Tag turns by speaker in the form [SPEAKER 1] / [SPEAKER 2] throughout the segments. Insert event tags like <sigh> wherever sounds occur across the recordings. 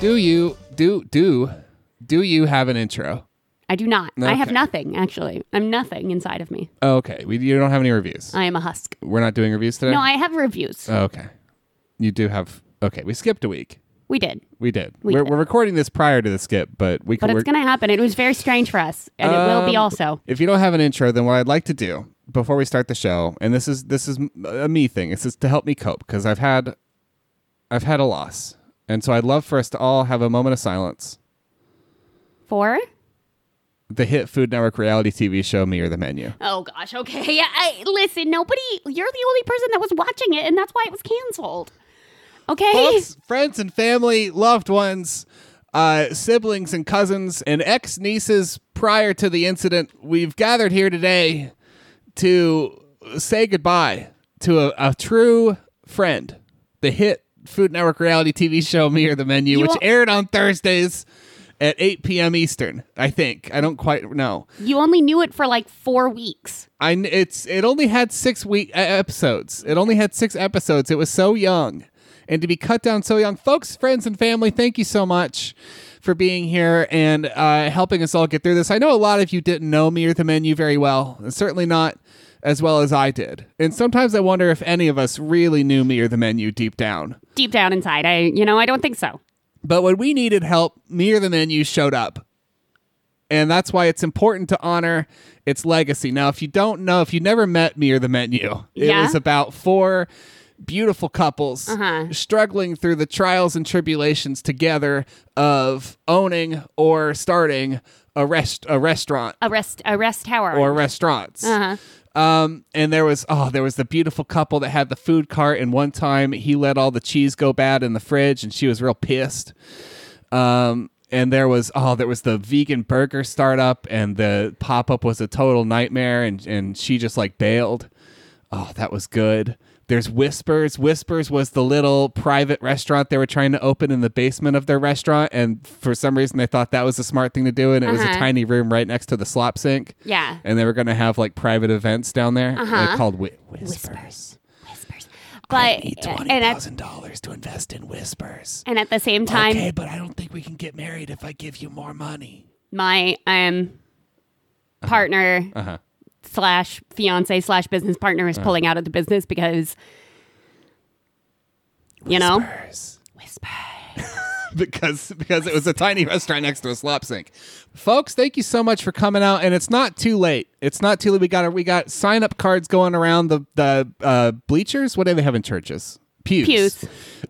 [SPEAKER 1] Do you do do do you have an intro?
[SPEAKER 2] I do not. I have
[SPEAKER 1] Okay.
[SPEAKER 2] nothing, actually. I'm nothing inside of me.
[SPEAKER 1] Oh, okay, we you don't have any reviews.
[SPEAKER 2] I am a husk.
[SPEAKER 1] We're not doing reviews today.
[SPEAKER 2] No, I have reviews.
[SPEAKER 1] Oh, okay, you do have. Okay, we skipped a week.
[SPEAKER 2] we did.
[SPEAKER 1] We did.
[SPEAKER 2] We
[SPEAKER 1] are
[SPEAKER 2] did.
[SPEAKER 1] we're recording this prior to the skip, but we
[SPEAKER 2] But
[SPEAKER 1] we're,
[SPEAKER 2] it's going to happen. It was very strange for us, and it will be
[SPEAKER 1] Um,
[SPEAKER 2] also.
[SPEAKER 1] If you don't have an intro, then what I'd like to do before we start the show, and this is this is a me thing. This is to help me cope because I've had I've had a loss, and so I'd love for us to all have a moment of silence.
[SPEAKER 2] Four?
[SPEAKER 1] The hit Food Network reality TV show Me or the Menu.
[SPEAKER 2] Oh, gosh. Okay. <laughs> I, listen, nobody, you're the only person that was watching it, and that's why it was canceled. Okay?
[SPEAKER 1] Folks, friends and family, loved ones, uh, siblings and cousins, and ex nieces prior to the incident, we've gathered here today to say goodbye to a, a true friend. The hit Food Network reality TV show Me or the Menu, which
[SPEAKER 2] won't-
[SPEAKER 1] aired on Thursdays at 8 p.m. Eastern, I think. I don't quite know.
[SPEAKER 2] You only knew it for like four weeks.
[SPEAKER 1] I kn- it's it only had six week uh, episodes. It only had six episodes. It was so young, and to be cut down so young, folks, friends, and family, thank you so much for being here and uh, helping us all get through this. I know a lot of you didn't know me or the menu very well, and certainly not as well as I did. And sometimes I wonder if any of us really knew me or the menu deep down.
[SPEAKER 2] Deep down inside, I, you know, I don't think so.
[SPEAKER 1] But when we needed help, me or the menu showed up. And that's why it's important to honor its legacy. Now, if you don't know, if you never met me or the menu, it
[SPEAKER 2] Yeah.
[SPEAKER 1] was about four beautiful couples
[SPEAKER 2] Uh-huh.
[SPEAKER 1] struggling through the trials and tribulations together of owning or starting a rest a restaurant
[SPEAKER 2] A rest, a rest tower.
[SPEAKER 1] or restaurants.
[SPEAKER 2] uh-huh.
[SPEAKER 1] Um, and there was oh, there was the beautiful couple that had the food cart, and one time he let all the cheese go bad in the fridge, and she was real pissed. Um, and there was oh, there was the vegan burger startup, and the pop up was a total nightmare, and and she just like bailed. Oh, that was good. There's Whispers. Whispers was the little private restaurant they were trying to open in the basement of their restaurant, and for some reason they thought that was the smart thing to do, and it was a
[SPEAKER 2] Uh-huh.
[SPEAKER 1] tiny room right next to the slop sink
[SPEAKER 2] Yeah.
[SPEAKER 1] and they were going to have like private events down there uh,
[SPEAKER 2] Uh-huh.
[SPEAKER 1] called Whi Whispers.
[SPEAKER 2] Whispers. But, and at,
[SPEAKER 1] dollars to invest in Whispers.
[SPEAKER 2] and at the same time,
[SPEAKER 1] but I don't think we can get married if I give you more money.
[SPEAKER 2] my um partner
[SPEAKER 1] Uh-huh.
[SPEAKER 2] slash fiance slash business partner is pulling out of the business because you know
[SPEAKER 1] Whispers. <laughs>
[SPEAKER 2] whisper
[SPEAKER 1] because because it was a tiny restaurant next to a slop sink. Folks, thank you so much for coming out, and it's not too late. It's not too late. We got we got sign up cards going around the the uh, bleachers. What do they have in churches? Pews.
[SPEAKER 2] Pews.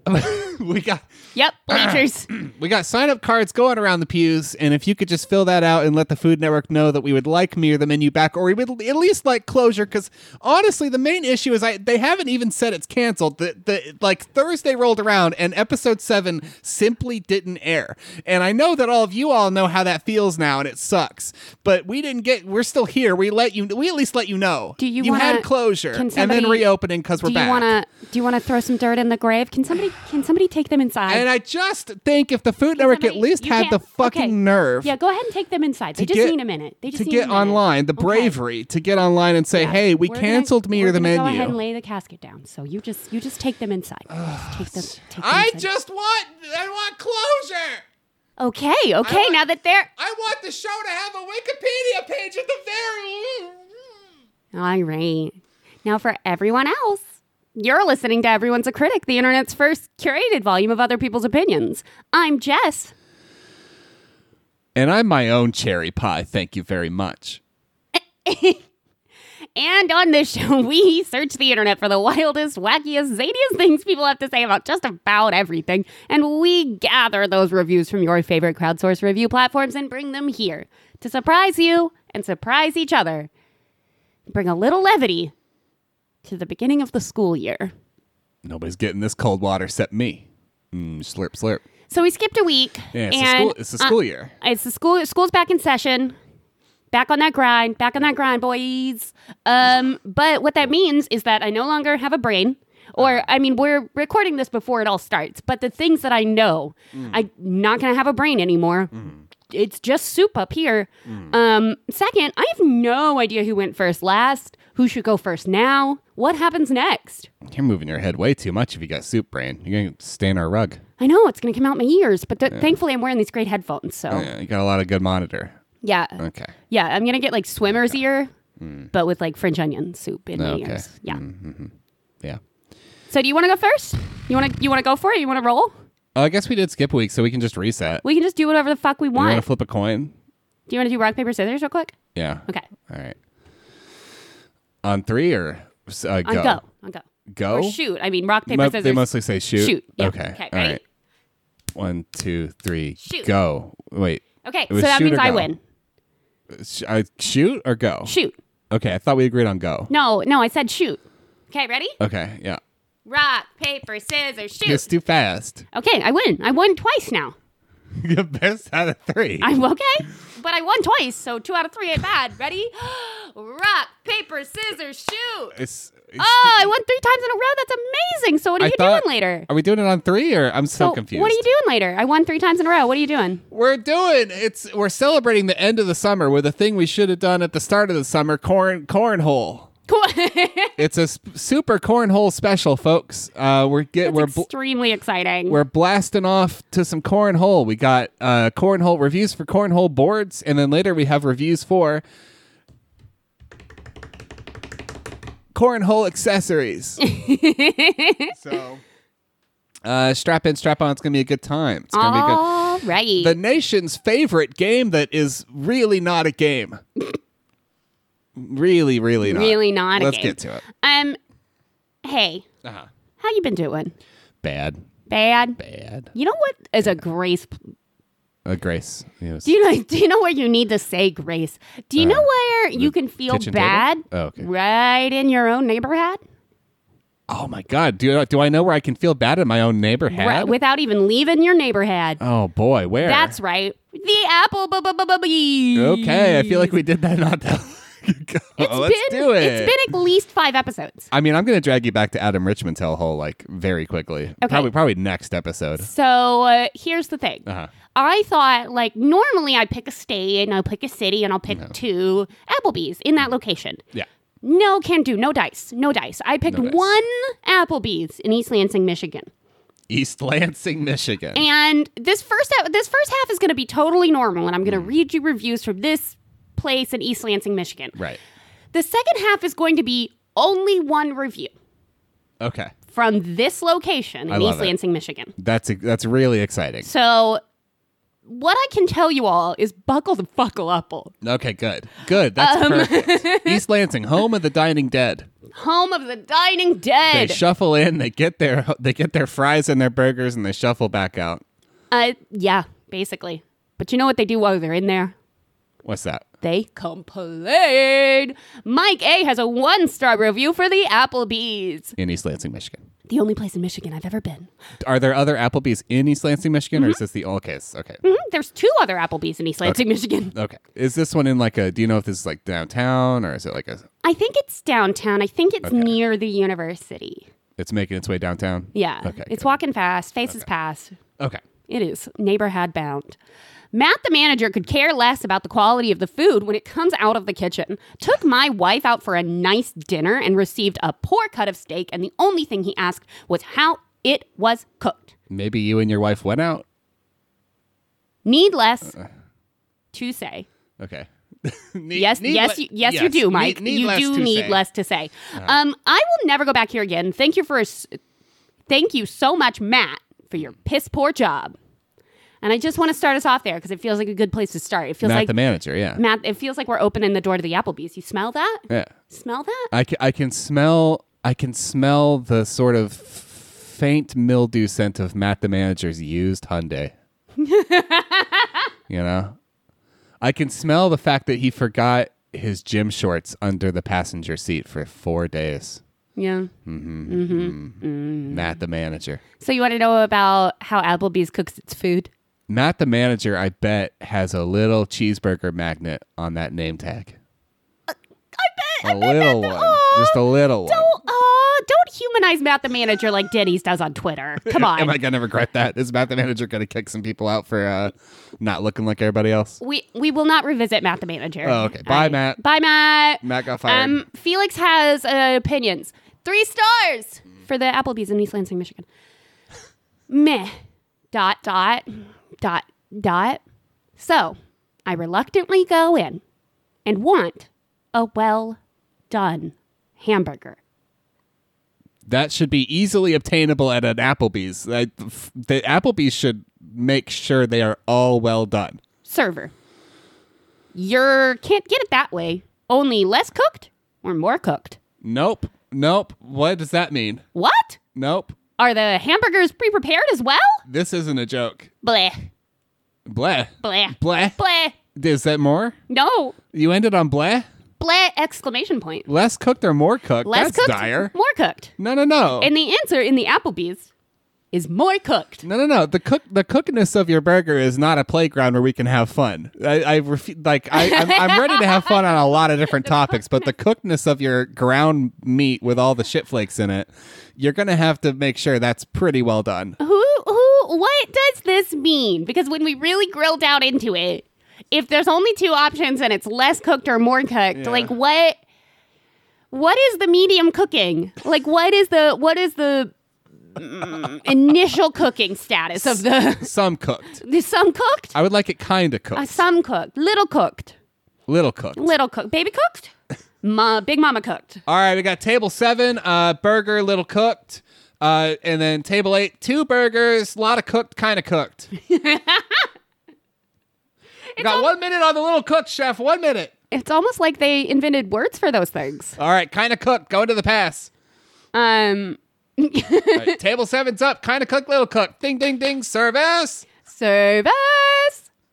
[SPEAKER 1] <laughs> we got <clears throat>
[SPEAKER 2] yep bleachers
[SPEAKER 1] We got sign up cards going around the pews, and if you could just fill that out and let the Food Network know that we would like me or the menu back, or we would at least like closure, because honestly, the main issue is I they haven't even said it's canceled. The, the like Thursday rolled around and episode seven simply didn't air, and I know that all of you all know how that feels now, and it sucks. But we didn't get. We're still here. We let you. We at least let you know.
[SPEAKER 2] Do you
[SPEAKER 1] you
[SPEAKER 2] wanna-
[SPEAKER 1] had closure
[SPEAKER 2] can
[SPEAKER 1] and then
[SPEAKER 2] somebody-
[SPEAKER 1] reopening because we're
[SPEAKER 2] do you
[SPEAKER 1] back.
[SPEAKER 2] want to do you want to throw some dirt in the grave can somebody can somebody take them inside
[SPEAKER 1] and I just think if the Food Network at
[SPEAKER 2] Somebody-
[SPEAKER 1] least
[SPEAKER 2] you
[SPEAKER 1] had
[SPEAKER 2] can't-
[SPEAKER 1] the fucking
[SPEAKER 2] okay.
[SPEAKER 1] nerve.
[SPEAKER 2] yeah go ahead and take them inside they
[SPEAKER 1] to
[SPEAKER 2] just
[SPEAKER 1] get-
[SPEAKER 2] need a minute they
[SPEAKER 1] to
[SPEAKER 2] just need a
[SPEAKER 1] get
[SPEAKER 2] minute.
[SPEAKER 1] online, the
[SPEAKER 2] Okay.
[SPEAKER 1] bravery to get online and say,
[SPEAKER 2] Yeah.
[SPEAKER 1] "Hey, we
[SPEAKER 2] We're gonna-
[SPEAKER 1] canceled me
[SPEAKER 2] we're
[SPEAKER 1] or the
[SPEAKER 2] gonna
[SPEAKER 1] menu."
[SPEAKER 2] go ahead and lay the casket down so you just you just take them inside Just take them,
[SPEAKER 1] <sighs>
[SPEAKER 2] take them
[SPEAKER 1] I
[SPEAKER 2] inside.
[SPEAKER 1] just want I want closure.
[SPEAKER 2] okay okay
[SPEAKER 1] want-
[SPEAKER 2] now that they're
[SPEAKER 1] I want the show to have a Wikipedia page at the very
[SPEAKER 2] All right. Now, for everyone else, you're listening to Everyone's a Critic, the internet's first curated volume of other people's opinions. I'm Jess.
[SPEAKER 1] And I'm my own cherry pie. Thank you very much.
[SPEAKER 2] And on this <laughs> show, we search the internet for the wildest, wackiest, zaniest things people have to say about just about everything. And we gather those reviews from your favorite crowdsource review platforms and bring them here to surprise you and surprise each other. Bring a little levity to the beginning of the school year.
[SPEAKER 1] Nobody's getting this cold water except me. Mm, slurp, slurp.
[SPEAKER 2] So we skipped a week.
[SPEAKER 1] Yeah, it's, a
[SPEAKER 2] and
[SPEAKER 1] school, it's a school year.
[SPEAKER 2] It's the school. School's back in session. Back on that grind. Back on that grind, boys. Um, but what that means is that I no longer have a brain. Or I mean, we're recording this before it all starts. But the things that I know, I'm not gonna have a brain anymore. It's just soup up here. Um, second, I have no idea who went first last. Who should go first now? What happens next?
[SPEAKER 1] You're moving your head way too much if you got soup brain. You're going to stain our rug.
[SPEAKER 2] I know it's gonna come out my ears, but th- thankfully I'm wearing these great headphones. So
[SPEAKER 1] Yeah, you got a lot of good monitor.
[SPEAKER 2] yeah.
[SPEAKER 1] Okay.
[SPEAKER 2] Yeah, I'm gonna get like swimmer's ear, but with like French onion soup in my
[SPEAKER 1] Hmm. Okay. Hmm.
[SPEAKER 2] ears. Yeah.
[SPEAKER 1] Yeah.
[SPEAKER 2] So do you want to go first? You want to you want to go for it? You want to roll?
[SPEAKER 1] Oh, I guess we did skip a week, so we can just reset.
[SPEAKER 2] We can just do whatever the fuck we
[SPEAKER 1] You want to
[SPEAKER 2] want.
[SPEAKER 1] flip a coin?
[SPEAKER 2] do you want to do rock paper scissors real quick?
[SPEAKER 1] Yeah.
[SPEAKER 2] Okay,
[SPEAKER 1] All right. On three or uh, go?
[SPEAKER 2] on go, on go,
[SPEAKER 1] Go?
[SPEAKER 2] or shoot. I mean rock paper
[SPEAKER 1] Mo-
[SPEAKER 2] scissors.
[SPEAKER 1] they mostly say shoot.
[SPEAKER 2] shoot. Yeah.
[SPEAKER 1] Okay.
[SPEAKER 2] Okay.
[SPEAKER 1] All
[SPEAKER 2] Ready?
[SPEAKER 1] right. One, two, three.
[SPEAKER 2] Shoot.
[SPEAKER 1] Go. Wait.
[SPEAKER 2] Okay.
[SPEAKER 1] was
[SPEAKER 2] So that
[SPEAKER 1] shoot
[SPEAKER 2] means
[SPEAKER 1] or
[SPEAKER 2] I
[SPEAKER 1] go?
[SPEAKER 2] win.
[SPEAKER 1] Sh- I shoot or go?
[SPEAKER 2] Shoot.
[SPEAKER 1] Okay. I thought we agreed on go.
[SPEAKER 2] No, no, I said shoot. Okay, ready?
[SPEAKER 1] Okay. Yeah.
[SPEAKER 2] Rock paper scissors shoot.
[SPEAKER 1] It's too fast. <laughs>
[SPEAKER 2] Okay, I win. I won twice now. <laughs>
[SPEAKER 1] You're best out of three.
[SPEAKER 2] I'm okay, but I won twice, so two out of three ain't bad. Ready? <gasps> rock paper scissors shoot.
[SPEAKER 1] it's. it's
[SPEAKER 2] Oh, I won three times in a row. That's amazing. So what are
[SPEAKER 1] I
[SPEAKER 2] you
[SPEAKER 1] thought-
[SPEAKER 2] doing later?
[SPEAKER 1] Are we doing it on three or I'm so
[SPEAKER 2] So
[SPEAKER 1] confused?
[SPEAKER 2] What are you doing later? I won three times in a row. What are you doing? <laughs>
[SPEAKER 1] We're doing it's we're celebrating the end of the summer with a thing we should have done at the start of the summer corn cornhole.
[SPEAKER 2] Cool.
[SPEAKER 1] It's a sp- super cornhole special, folks. Uh, we're get we're bl-
[SPEAKER 2] extremely exciting.
[SPEAKER 1] we're blasting off to some cornhole. We got uh, cornhole reviews for cornhole boards, and then later we have reviews for cornhole
[SPEAKER 2] <laughs>
[SPEAKER 1] accessories. so uh, strap in, strap on. It's gonna be a good time. It's gonna be good.
[SPEAKER 2] All right.
[SPEAKER 1] the nation's favorite game that is really not a
[SPEAKER 2] <laughs>
[SPEAKER 1] game. really, really not.
[SPEAKER 2] Really not a
[SPEAKER 1] Let's
[SPEAKER 2] game.
[SPEAKER 1] get to it.
[SPEAKER 2] um, hey,
[SPEAKER 1] Uh-huh.
[SPEAKER 2] how you been doing?
[SPEAKER 1] Bad,
[SPEAKER 2] Bad.
[SPEAKER 1] bad.
[SPEAKER 2] You know what is a grace? p-
[SPEAKER 1] Uh, Grace. Yes.
[SPEAKER 2] Do you know? <laughs> Do you know where you need to say grace? Do you know where you can feel
[SPEAKER 1] Uh, kitchen
[SPEAKER 2] bad?
[SPEAKER 1] table? Oh, okay.
[SPEAKER 2] Right in your own neighborhood,
[SPEAKER 1] oh my God. Do I- do I know where I can feel bad in my own neighborhood?
[SPEAKER 2] right, without even leaving your neighborhood.
[SPEAKER 1] oh boy, where?
[SPEAKER 2] That's right. The apple. bu- bu- bu- bu- bee.
[SPEAKER 1] okay. I feel like we did that not that long <laughs> ago.
[SPEAKER 2] It's
[SPEAKER 1] Let's
[SPEAKER 2] been,
[SPEAKER 1] do it.
[SPEAKER 2] It's been at least five episodes.
[SPEAKER 1] I mean, I'm going to drag you back to Adam Richmond's hellhole like very quickly. Probably, probably next episode.
[SPEAKER 2] So uh, here's the thing.
[SPEAKER 1] Uh-huh.
[SPEAKER 2] I thought, like, normally I pick a state and I'll pick a city and I'll pick two Applebee's in that location.
[SPEAKER 1] Mm. Yeah.
[SPEAKER 2] No, can do. No dice. No dice. I picked
[SPEAKER 1] No dice.
[SPEAKER 2] one Applebee's in East Lansing, Michigan.
[SPEAKER 1] East Lansing, Michigan.
[SPEAKER 2] And this first e, this first half is going to be totally normal, and I'm
[SPEAKER 1] Mm.
[SPEAKER 2] going to read you reviews from this place in East Lansing, Michigan.
[SPEAKER 1] right.
[SPEAKER 2] The second half is going to be only one review
[SPEAKER 1] Okay.
[SPEAKER 2] from this location
[SPEAKER 1] I
[SPEAKER 2] in
[SPEAKER 1] love
[SPEAKER 2] East
[SPEAKER 1] it.
[SPEAKER 2] Lansing, Michigan.
[SPEAKER 1] That's e, that's really exciting.
[SPEAKER 2] So, what I can tell you all is buckle the fuckle upple.
[SPEAKER 1] Okay, good. Good. That's
[SPEAKER 2] Um, <laughs>
[SPEAKER 1] perfect. East Lansing, home of the dining dead.
[SPEAKER 2] Home of the dining
[SPEAKER 1] They
[SPEAKER 2] dead.
[SPEAKER 1] shuffle in, they get their they get their fries and their burgers and they shuffle back out.
[SPEAKER 2] uh, yeah, basically. But you know what they do while they're in there?
[SPEAKER 1] What's that?
[SPEAKER 2] They complain. Mike A has a one star review for the Applebee's,
[SPEAKER 1] In East Lansing, Michigan.
[SPEAKER 2] the only place in Michigan I've ever been.
[SPEAKER 1] Are there other Applebee's in East Lansing, Michigan, or
[SPEAKER 2] Mm-hmm.
[SPEAKER 1] is this the all case? Okay.
[SPEAKER 2] Hmm, There's two other Applebee's in East Lansing, Michigan.
[SPEAKER 1] Okay. Is this one in like a do you know if this is like downtown or is it like a
[SPEAKER 2] I think it's downtown. I think it's near the university.
[SPEAKER 1] it's making its way downtown?
[SPEAKER 2] Yeah.
[SPEAKER 1] Okay.
[SPEAKER 2] it's walking fast, faces past.
[SPEAKER 1] good. okay.
[SPEAKER 2] It is neighborhood bound. Matt, the manager, could care less about the quality of the food when it comes out of the kitchen. Took my wife out for a nice dinner and received a poor cut of steak, and the only thing he asked was how it was cooked.
[SPEAKER 1] Maybe you and your wife went out.
[SPEAKER 2] Needless to say.
[SPEAKER 1] Okay. <laughs>
[SPEAKER 2] Yes, yes, you, yes, you do, Mike. you do need less to say. Um, I will never go back here again. Thank you for, s- thank you so much, Matt, for your piss poor job. And I just want to start us off there because it feels like a good place to start. It feels
[SPEAKER 1] Not
[SPEAKER 2] like
[SPEAKER 1] the manager, yeah.
[SPEAKER 2] Matt, it feels like we're opening the door to the Applebee's. You smell that?
[SPEAKER 1] yeah.
[SPEAKER 2] Smell that?
[SPEAKER 1] I can, I can smell I can smell the sort of faint mildew scent of Matt the manager's used Hyundai. you know, I can smell the fact that he forgot his gym shorts under the passenger seat for four days.
[SPEAKER 2] Yeah.
[SPEAKER 1] Matt the manager.
[SPEAKER 2] So you want to know about how Applebee's cooks its food?
[SPEAKER 1] Matt the manager, I bet, has a little cheeseburger magnet on that name tag. I bet. A little one.
[SPEAKER 2] <laughs>
[SPEAKER 1] Just a little one.
[SPEAKER 2] Oh, uh, don't humanize Matt the manager like Denny's does on Twitter. Come
[SPEAKER 1] <laughs>
[SPEAKER 2] on.
[SPEAKER 1] Am I gonna regret that? Is Matt the manager gonna kick some people out for uh, not looking like everybody else?
[SPEAKER 2] we we will not revisit Matt the manager.
[SPEAKER 1] Oh, okay. Bye, Matt.
[SPEAKER 2] Bye, Matt.
[SPEAKER 1] Matt got fired.
[SPEAKER 2] Um, Felix has uh, opinions. Three stars for the Applebee's in East Lansing, Michigan. <laughs> Meh. Dot dot dot dot. So I reluctantly go in and want a well done hamburger.
[SPEAKER 1] that should be easily obtainable at an Applebee's. I- the Applebee's should make sure they are all well done.
[SPEAKER 2] server. You're can't get it that way. Only less cooked or more cooked.
[SPEAKER 1] Nope. Nope. What does that mean?
[SPEAKER 2] What?
[SPEAKER 1] Nope.
[SPEAKER 2] Are the hamburgers pre-prepared as well?
[SPEAKER 1] This isn't a joke.
[SPEAKER 2] Bleh,
[SPEAKER 1] Bleh.
[SPEAKER 2] bleh,
[SPEAKER 1] Bleh.
[SPEAKER 2] bleh.
[SPEAKER 1] Is that more?
[SPEAKER 2] No,
[SPEAKER 1] You ended on bleh?
[SPEAKER 2] bleh! Exclamation point.
[SPEAKER 1] Less cooked or more cooked?
[SPEAKER 2] Less
[SPEAKER 1] That's
[SPEAKER 2] cooked,
[SPEAKER 1] dire.
[SPEAKER 2] more cooked.
[SPEAKER 1] No, no, no.
[SPEAKER 2] And the answer in the Applebee's is more cooked.
[SPEAKER 1] no, no, no. The cook, the cookedness of your burger is not a playground where we can have fun. I, I refu- like, I, I'm, I'm ready to have fun on a lot of different topics, but the cookedness of your ground meat with all the shit flakes in it, you're gonna have to make sure that's pretty well done.
[SPEAKER 2] Who, who, what does this mean? Because when we really grill down into it, if there's only two options and it's less cooked or more cooked, like what, what is the medium cooking? Like what is the, what is the mm, initial cooking status of the,
[SPEAKER 1] Some cooked.
[SPEAKER 2] the some cooked,
[SPEAKER 1] I would like it kind of cooked,
[SPEAKER 2] uh, some cooked, little cooked,
[SPEAKER 1] little cooked.
[SPEAKER 2] little cooked, baby cooked, Ma, big mama cooked.
[SPEAKER 1] All right, we got table seven, uh, burger, little cooked. Uh, and then table eight, two burgers, a lot of cooked, kind of cooked. we got one minute on the little cooked, chef. One minute.
[SPEAKER 2] It's almost like they invented words for those things.
[SPEAKER 1] All right, kind of cooked. Go into the pass.
[SPEAKER 2] Um,
[SPEAKER 1] All right, table seven's up. Kind of cooked, little cooked. Ding, ding, ding. Service.
[SPEAKER 2] service.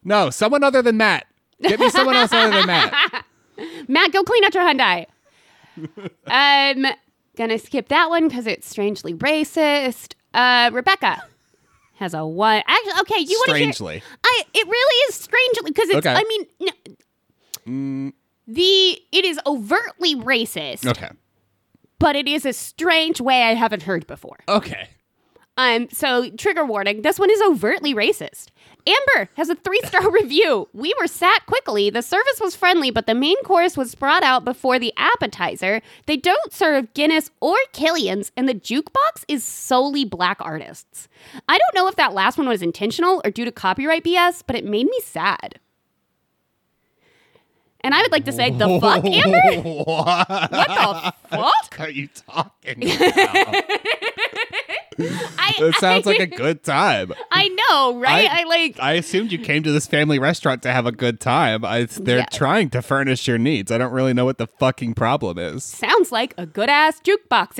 [SPEAKER 1] No, someone other than Matt. Get me someone else other than Matt.
[SPEAKER 2] Matt, go clean out
[SPEAKER 1] <laughs>
[SPEAKER 2] your Hyundai. I'm gonna skip that one because it's strangely racist. Uh, Rebecca has a one. Actually, okay, <laughs> you want to
[SPEAKER 1] Strangely.
[SPEAKER 2] I it really is strangely because it's.
[SPEAKER 1] Okay. Mm.
[SPEAKER 2] I mean, n- the it is overtly racist,
[SPEAKER 1] Okay.
[SPEAKER 2] but it is a strange way I haven't heard before.
[SPEAKER 1] Okay.
[SPEAKER 2] Um, so trigger warning. This one is overtly racist. Amber has a three star <laughs> review. We were sat quickly. The service was friendly, but the main course was brought out before the appetizer. They don't serve Guinness or Killians, and the jukebox is solely black artists. I don't know if that last one was intentional or due to copyright BS, but it made me sad. And I would like to say, the
[SPEAKER 1] <laughs>
[SPEAKER 2] fuck, Amber?
[SPEAKER 1] What
[SPEAKER 2] What the fuck?
[SPEAKER 1] are you talking
[SPEAKER 2] <laughs>
[SPEAKER 1] about?
[SPEAKER 2] I,
[SPEAKER 1] It sounds
[SPEAKER 2] I- <laughs>
[SPEAKER 1] like a good time.
[SPEAKER 2] I know, right?
[SPEAKER 1] I-
[SPEAKER 2] I like.
[SPEAKER 1] I assumed you came to this family restaurant to have a good time. I, they're
[SPEAKER 2] Yeah.
[SPEAKER 1] trying to furnish your needs. I don't really know what the fucking problem is.
[SPEAKER 2] Sounds like a good ass jukebox,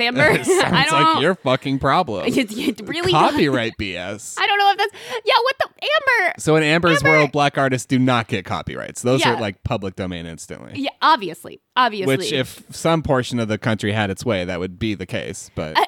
[SPEAKER 1] <laughs>
[SPEAKER 2] Amber.
[SPEAKER 1] It sounds
[SPEAKER 2] <laughs> I don't <laughs>
[SPEAKER 1] like your fucking problem.
[SPEAKER 2] It, it really does.
[SPEAKER 1] Copyright BS.
[SPEAKER 2] I don't know if that's yeah. What the Amber?
[SPEAKER 1] So in Amber's
[SPEAKER 2] Amber-
[SPEAKER 1] world, black artists do not get copyrights. Those
[SPEAKER 2] Yeah.
[SPEAKER 1] are like public domain instantly.
[SPEAKER 2] Yeah, obviously, obviously.
[SPEAKER 1] Which, if some portion of the country had its way, that would be the case. But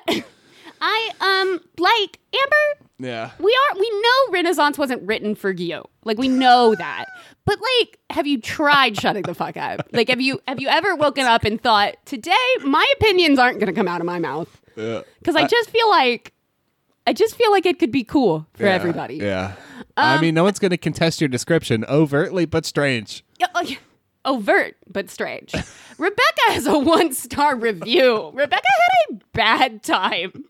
[SPEAKER 2] I um like Amber,
[SPEAKER 1] <laughs> yeah,
[SPEAKER 2] <laughs> we are we know Renaissance wasn't written for you. Like we know that, but like, have you tried shutting the fuck up? Like, have you have you ever woken up and thought today my opinions aren't going to come out of my mouth
[SPEAKER 1] Yeah.
[SPEAKER 2] because I just feel like I just feel like it could be cool for
[SPEAKER 1] Yeah.
[SPEAKER 2] everybody. Um,
[SPEAKER 1] Yeah, I mean, no one's going to contest your description overtly, but strange.
[SPEAKER 2] Yeah, like, overt but strange. Rebecca has a one star review. Rebecca had a bad time.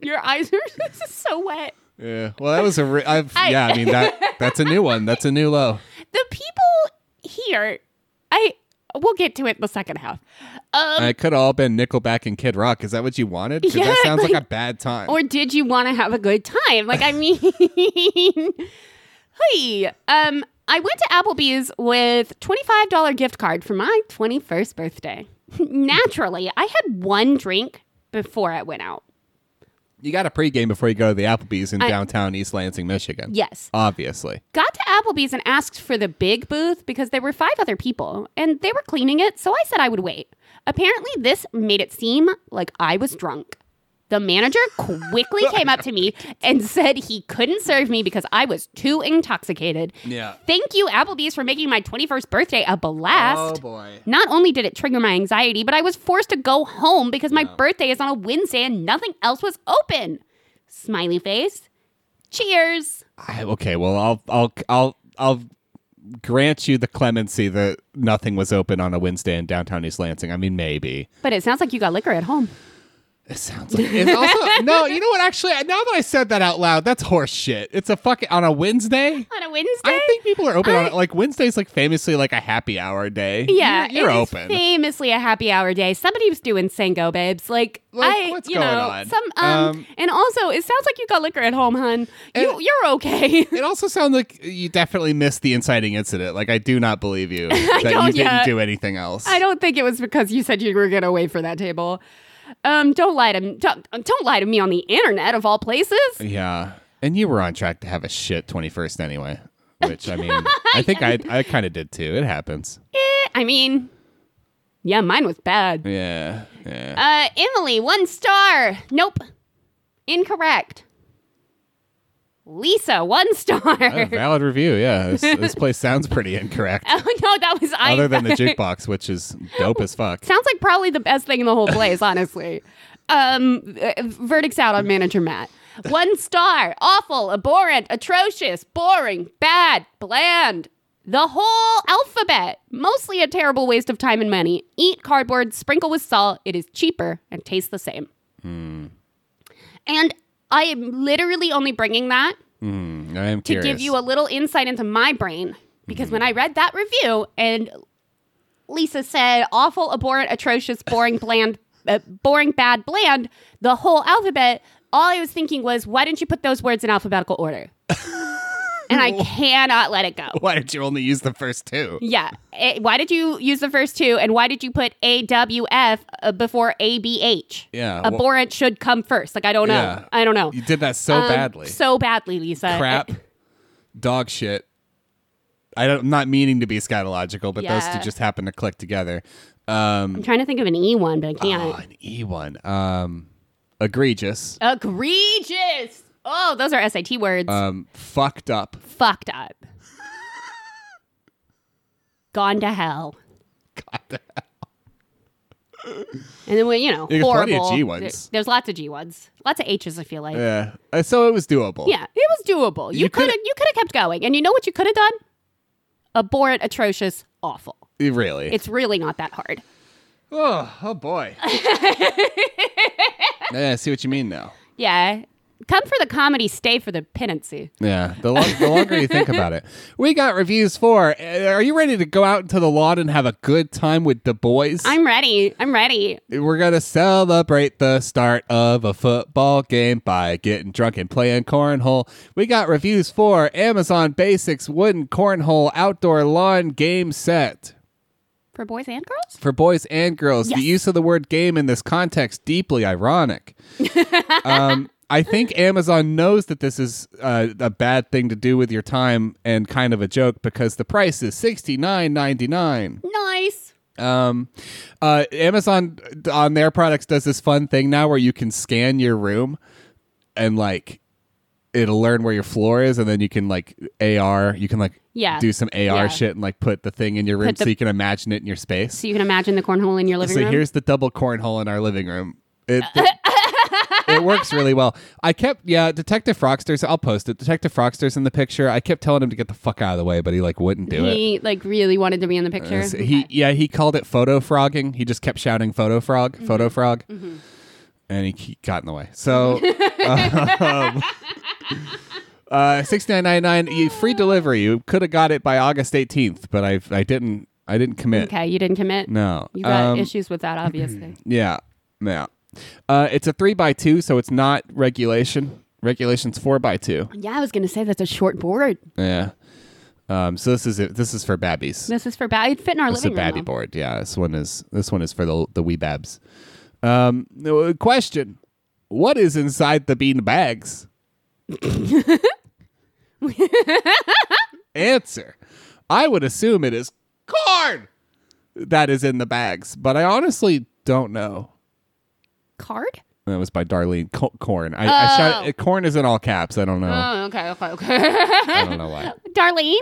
[SPEAKER 2] Your eyes are <laughs> this is so wet.
[SPEAKER 1] Yeah. Well, that was a. Re- I've,
[SPEAKER 2] <laughs> I-
[SPEAKER 1] yeah, I mean that. That's a new one. That's a new low.
[SPEAKER 2] The people here, I we'll get to it in the second half. Um,
[SPEAKER 1] And it could have all been Nickelback and Kid Rock. Is that what you wanted? 'Cause
[SPEAKER 2] Yeah,
[SPEAKER 1] that sounds like,
[SPEAKER 2] like-
[SPEAKER 1] a bad time.
[SPEAKER 2] or did you want to have a good time? Like, I mean, <laughs> hey, um, I went to Applebee's with $25 gift card for my 21st <laughs> birthday. Naturally, I had one drink before I went out.
[SPEAKER 1] You got a pregame before you go to the Applebee's in
[SPEAKER 2] I-
[SPEAKER 1] downtown East Lansing, Michigan.
[SPEAKER 2] Yes.
[SPEAKER 1] Obviously.
[SPEAKER 2] Got to Applebee's and asked for the big booth because there were five other people and they were cleaning it, so I said I would wait. Apparently, this made it seem like I was drunk. The manager quickly came up to me and said he couldn't serve me because I was too intoxicated.
[SPEAKER 1] Yeah.
[SPEAKER 2] Thank you, Applebee's, for making my 21st birthday a blast.
[SPEAKER 1] Oh, boy.
[SPEAKER 2] Not only did it trigger my anxiety, but I was forced to go home because my birthday is on a Wednesday and nothing else was open. Smiley face. Cheers.
[SPEAKER 1] I, okay, well, I'll I'll I'll I'll grant you the clemency that nothing was open on a Wednesday in downtown East Lansing. I mean, maybe
[SPEAKER 2] But it sounds like you got liquor at home.
[SPEAKER 1] it sounds like it's also no. You know what? Actually, now that I said that out loud, that's horse shit. It's a fucking on a Wednesday.
[SPEAKER 2] On a Wednesday?
[SPEAKER 1] I think people are open on
[SPEAKER 2] I-
[SPEAKER 1] it. Like Wednesday's like famously like a happy hour day.
[SPEAKER 2] yeah,
[SPEAKER 1] you're, you're
[SPEAKER 2] it is
[SPEAKER 1] open.
[SPEAKER 2] famously a happy hour day. Somebody was doing sango, babes. Like,
[SPEAKER 1] Like,
[SPEAKER 2] I,
[SPEAKER 1] what's
[SPEAKER 2] you
[SPEAKER 1] going
[SPEAKER 2] know,
[SPEAKER 1] on?
[SPEAKER 2] some um,
[SPEAKER 1] Um,
[SPEAKER 2] and also it sounds like you got liquor at home, hun. You you're okay. <laughs>
[SPEAKER 1] It also sounds like you definitely missed the inciting incident. Like I do not believe
[SPEAKER 2] <laughs>
[SPEAKER 1] you that you
[SPEAKER 2] don't
[SPEAKER 1] didn't
[SPEAKER 2] yet.
[SPEAKER 1] do anything else.
[SPEAKER 2] I don't think it was because you said you were going to wait for that table. Um, don't lie to don't, um, don't lie to me on the internet of all places.
[SPEAKER 1] Yeah. And you were on track to have a shit 21st anyway, which I mean,
[SPEAKER 2] <laughs>
[SPEAKER 1] I think I, I kind of did too. It happens.
[SPEAKER 2] Eh, I mean, yeah, mine was bad.
[SPEAKER 1] Yeah. Yeah.
[SPEAKER 2] Uh, Emily, one star. Nope, incorrect. Lisa, one star.
[SPEAKER 1] A valid review. Yeah. This, this place sounds pretty incorrect.
[SPEAKER 2] oh no, that was <laughs> I.
[SPEAKER 1] Other than the jukebox, which is dope as fuck.
[SPEAKER 2] <laughs> Sounds like probably the best thing in the whole place, honestly. Um, uh, verdicts out on manager Matt. One star, awful, abhorrent, atrocious, boring, bad, bland. The whole alphabet. Mostly a terrible waste of time and money. Eat cardboard, sprinkle with salt. It is cheaper and tastes the same.
[SPEAKER 1] Hmm.
[SPEAKER 2] And I am literally only bringing that
[SPEAKER 1] Mm, I am
[SPEAKER 2] to
[SPEAKER 1] curious. Mm-hmm.
[SPEAKER 2] give you a little insight into my brain because when I read that review and Lisa said awful, abhorrent, atrocious, boring, bland, <laughs> uh, boring, bad, bland, the whole alphabet, all I was thinking was, why didn't you put those words in alphabetical
[SPEAKER 1] <laughs>
[SPEAKER 2] order? and I cannot let it go.
[SPEAKER 1] Why did you only use the first two?
[SPEAKER 2] Yeah. Eh, why did you use the first two? And why did you put AWF uh, before ABH?
[SPEAKER 1] Yeah, well-
[SPEAKER 2] Abhorrent should come first. Like, I don't know.
[SPEAKER 1] Yeah.
[SPEAKER 2] I don't know.
[SPEAKER 1] You did that so
[SPEAKER 2] Um,
[SPEAKER 1] badly.
[SPEAKER 2] So badly, Lisa.
[SPEAKER 1] Crap.
[SPEAKER 2] Eh,
[SPEAKER 1] Dog shit. I don't, I'm not meaning to be scatological, but those
[SPEAKER 2] Yeah.
[SPEAKER 1] two just happen to click together. Um,
[SPEAKER 2] I'm trying to think of an E one, but I
[SPEAKER 1] Oh,
[SPEAKER 2] can't.
[SPEAKER 1] an E one. Um, egregious.
[SPEAKER 2] Egregious. Oh, those are SAT words.
[SPEAKER 1] Um, fucked up.
[SPEAKER 2] Fucked up. Gone to hell.
[SPEAKER 1] God,
[SPEAKER 2] And then we, you know,
[SPEAKER 1] There's plenty
[SPEAKER 2] horrible.
[SPEAKER 1] of G ones.
[SPEAKER 2] There- there's lots of G ones. Lots of H's. I feel like.
[SPEAKER 1] yeah. Uh, So it was doable.
[SPEAKER 2] Yeah, it was doable. You,
[SPEAKER 1] You
[SPEAKER 2] could
[SPEAKER 1] coulda-
[SPEAKER 2] have. You could have kept going. And you know what you could have done? Abhorrent, atrocious, awful.
[SPEAKER 1] It Really.
[SPEAKER 2] It's really not that hard.
[SPEAKER 1] oh, oh boy. <laughs> yeah. I See what you mean now.
[SPEAKER 2] Yeah. Come for the comedy, stay for the penancy.
[SPEAKER 1] Yeah. The, lo- the longer you think about it, we got reviews for. uh, Are you ready to go out into the lawn and have a good time with the boys?
[SPEAKER 2] I'm ready. I'm ready.
[SPEAKER 1] We're gonna celebrate the start of a football game by getting drunk and playing cornhole. We got reviews for Amazon Basics wooden cornhole outdoor lawn game set.
[SPEAKER 2] For boys and girls?
[SPEAKER 1] for boys and girls.
[SPEAKER 2] Yes.
[SPEAKER 1] The use of the word game in this context deeply
[SPEAKER 2] <laughs>
[SPEAKER 1] ironic. um, I think Amazon knows that this is uh, a bad thing to do with your time and kind of a joke because the price is sixty nine ninety nine.
[SPEAKER 2] Nice.
[SPEAKER 1] Um, uh, Amazon uh, on their products does this fun thing now where you can scan your room and like it'll learn where your floor is and then you can like AR you can like
[SPEAKER 2] Yeah.
[SPEAKER 1] do some AR
[SPEAKER 2] Yeah.
[SPEAKER 1] shit and like put the thing in your room
[SPEAKER 2] Put the-
[SPEAKER 1] so you can imagine it in your space.
[SPEAKER 2] So you can imagine the cornhole in your living
[SPEAKER 1] So
[SPEAKER 2] room.
[SPEAKER 1] here's the double cornhole in our living room.
[SPEAKER 2] <laughs>
[SPEAKER 1] It, it, it works really well. I kept, yeah, Detective Frogsters, I'll post it. Detective Frogsters in the picture. I kept telling him to get the fuck out of the way, but he like wouldn't do it.
[SPEAKER 2] he like really wanted to be in the picture.
[SPEAKER 1] It's- Uh, He, yeah, he called it photo frogging. He just kept shouting photo frog,
[SPEAKER 2] Mm-hmm.
[SPEAKER 1] photo frog, and he, he got in the way.
[SPEAKER 2] <laughs>
[SPEAKER 1] So, um, <laughs> uh, sixty nine ninety nine, you free delivery. You could have got it by August eighteenth, but I, I didn't, I didn't commit.
[SPEAKER 2] okay, you didn't commit.
[SPEAKER 1] No,
[SPEAKER 2] You got
[SPEAKER 1] Um,
[SPEAKER 2] issues with that,
[SPEAKER 1] <clears throat>
[SPEAKER 2] obviously.
[SPEAKER 1] Yeah, yeah. Uh, it's a three by two, so it's not regulation. Regulation's four by two.
[SPEAKER 2] yeah, I was gonna say that's a short board.
[SPEAKER 1] Yeah. Um, so this is it. This is for babbies.
[SPEAKER 2] This is for bad. It'd fit in our
[SPEAKER 1] It's a
[SPEAKER 2] living room.
[SPEAKER 1] babby
[SPEAKER 2] though.
[SPEAKER 1] board. Yeah. This one is. This one is for the the wee babs. Um, no, uh, question. What is inside the bean bags?
[SPEAKER 2] <laughs>
[SPEAKER 1] Answer. I would assume it is corn that is in the bags, but I honestly don't know.
[SPEAKER 2] Card?
[SPEAKER 1] That was by Darlene Co- Corn. I, I
[SPEAKER 2] Oh.
[SPEAKER 1] shot corn is in all caps. I don't know.
[SPEAKER 2] Oh, okay, okay, okay. <laughs>
[SPEAKER 1] I don't know why.
[SPEAKER 2] Darlene,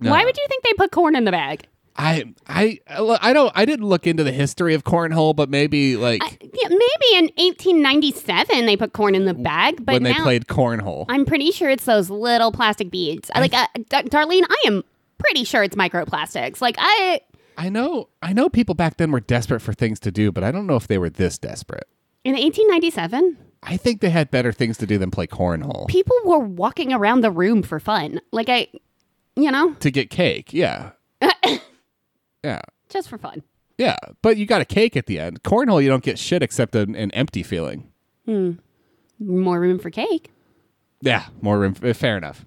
[SPEAKER 1] No.
[SPEAKER 2] why would you think they put corn in the bag?
[SPEAKER 1] I I I don't I didn't look into the history of cornhole, but maybe like
[SPEAKER 2] Uh, Yeah, maybe in 1897 they put corn in the bag, but
[SPEAKER 1] when they
[SPEAKER 2] now
[SPEAKER 1] played cornhole.
[SPEAKER 2] I'm pretty sure it's those little plastic beads. I, like, uh, D- Darlene, I am pretty sure it's microplastics. Like, I
[SPEAKER 1] I know I know people back then were desperate for things to do, but I don't know if they were this desperate.
[SPEAKER 2] in 1897,
[SPEAKER 1] I think they had better things to do than play cornhole.
[SPEAKER 2] people were walking around the room for fun. Like, I, you know,
[SPEAKER 1] to get cake,
[SPEAKER 2] <coughs>
[SPEAKER 1] yeah. yeah.
[SPEAKER 2] just for fun.
[SPEAKER 1] Yeah. But you got a cake at the end. Cornhole you don't get shit except an, an empty feeling.
[SPEAKER 2] More room for cake.
[SPEAKER 1] Yeah, more room f- fair enough.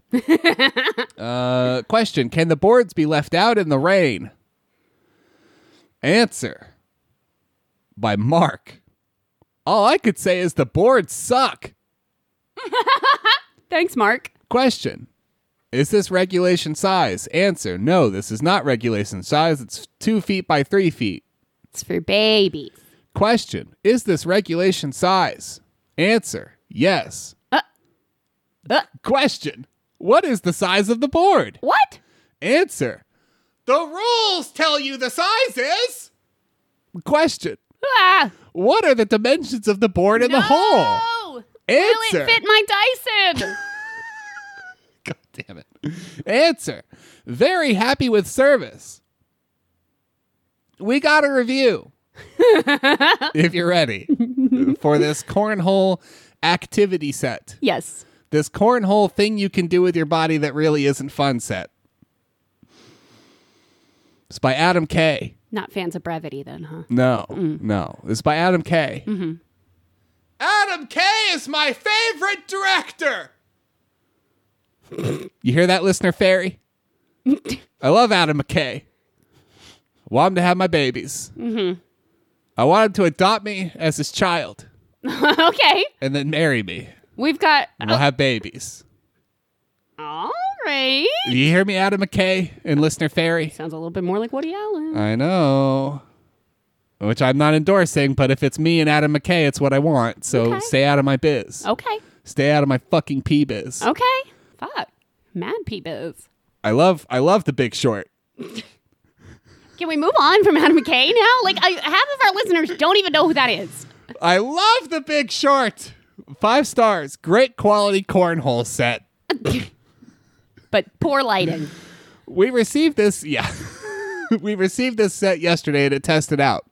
[SPEAKER 1] <laughs> uh question, can the boards be left out in the rain? Answer by Mark. All I could say is the boards suck.
[SPEAKER 2] Thanks, Mark.
[SPEAKER 1] Question Is this regulation size? Answer No, this is not regulation size. It's two feet by three feet.
[SPEAKER 2] It's for babies.
[SPEAKER 1] Question Is this regulation size? Answer Yes.
[SPEAKER 2] Uh,
[SPEAKER 1] Question What is the size of the board?
[SPEAKER 2] what?
[SPEAKER 1] Answer The rules tell you the size is. Question
[SPEAKER 2] Ah,
[SPEAKER 1] What are the dimensions of the board in the hole?
[SPEAKER 2] Oh, will
[SPEAKER 1] Answer.
[SPEAKER 2] it fit my Dyson?
[SPEAKER 1] <laughs> God damn it. Answer. Very happy with service. We got a
[SPEAKER 2] <laughs>
[SPEAKER 1] review. if you're ready for this cornhole activity set,
[SPEAKER 2] <laughs> yes.
[SPEAKER 1] this cornhole thing you can do with your body that really isn't fun set. It's by Adam K.
[SPEAKER 2] Not fans of brevity, then, huh? <laughs>
[SPEAKER 1] No, no. It's by Adam K. Adam K is my favorite director. <laughs> you hear that, listener fairy? I love Adam McKay. Want him to have my babies. Mm-hmm. I want him to adopt me as his child
[SPEAKER 2] okay,
[SPEAKER 1] and then marry me.
[SPEAKER 2] we've got.
[SPEAKER 1] And we'll have babies.
[SPEAKER 2] All right.
[SPEAKER 1] You hear me, Adam McKay and listener fairy?
[SPEAKER 2] Sounds a little bit more like Woody Allen.
[SPEAKER 1] I know. Which I'm not endorsing, but if it's me and Adam McKay, it's what I want. So
[SPEAKER 2] Okay.
[SPEAKER 1] stay out of my biz.
[SPEAKER 2] Uh, okay.
[SPEAKER 1] Stay out of my fucking pee biz.
[SPEAKER 2] Okay. Fuck. Mad peepers.
[SPEAKER 1] I love I love the big short.
[SPEAKER 2] Can we move on from Adam McKay now? Like, I, half of our listeners don't even know who that is.
[SPEAKER 1] I love the big short. Five stars. Great quality cornhole set.
[SPEAKER 2] But poor lighting.
[SPEAKER 1] We received this yeah. <laughs> we received this set yesterday to test it out.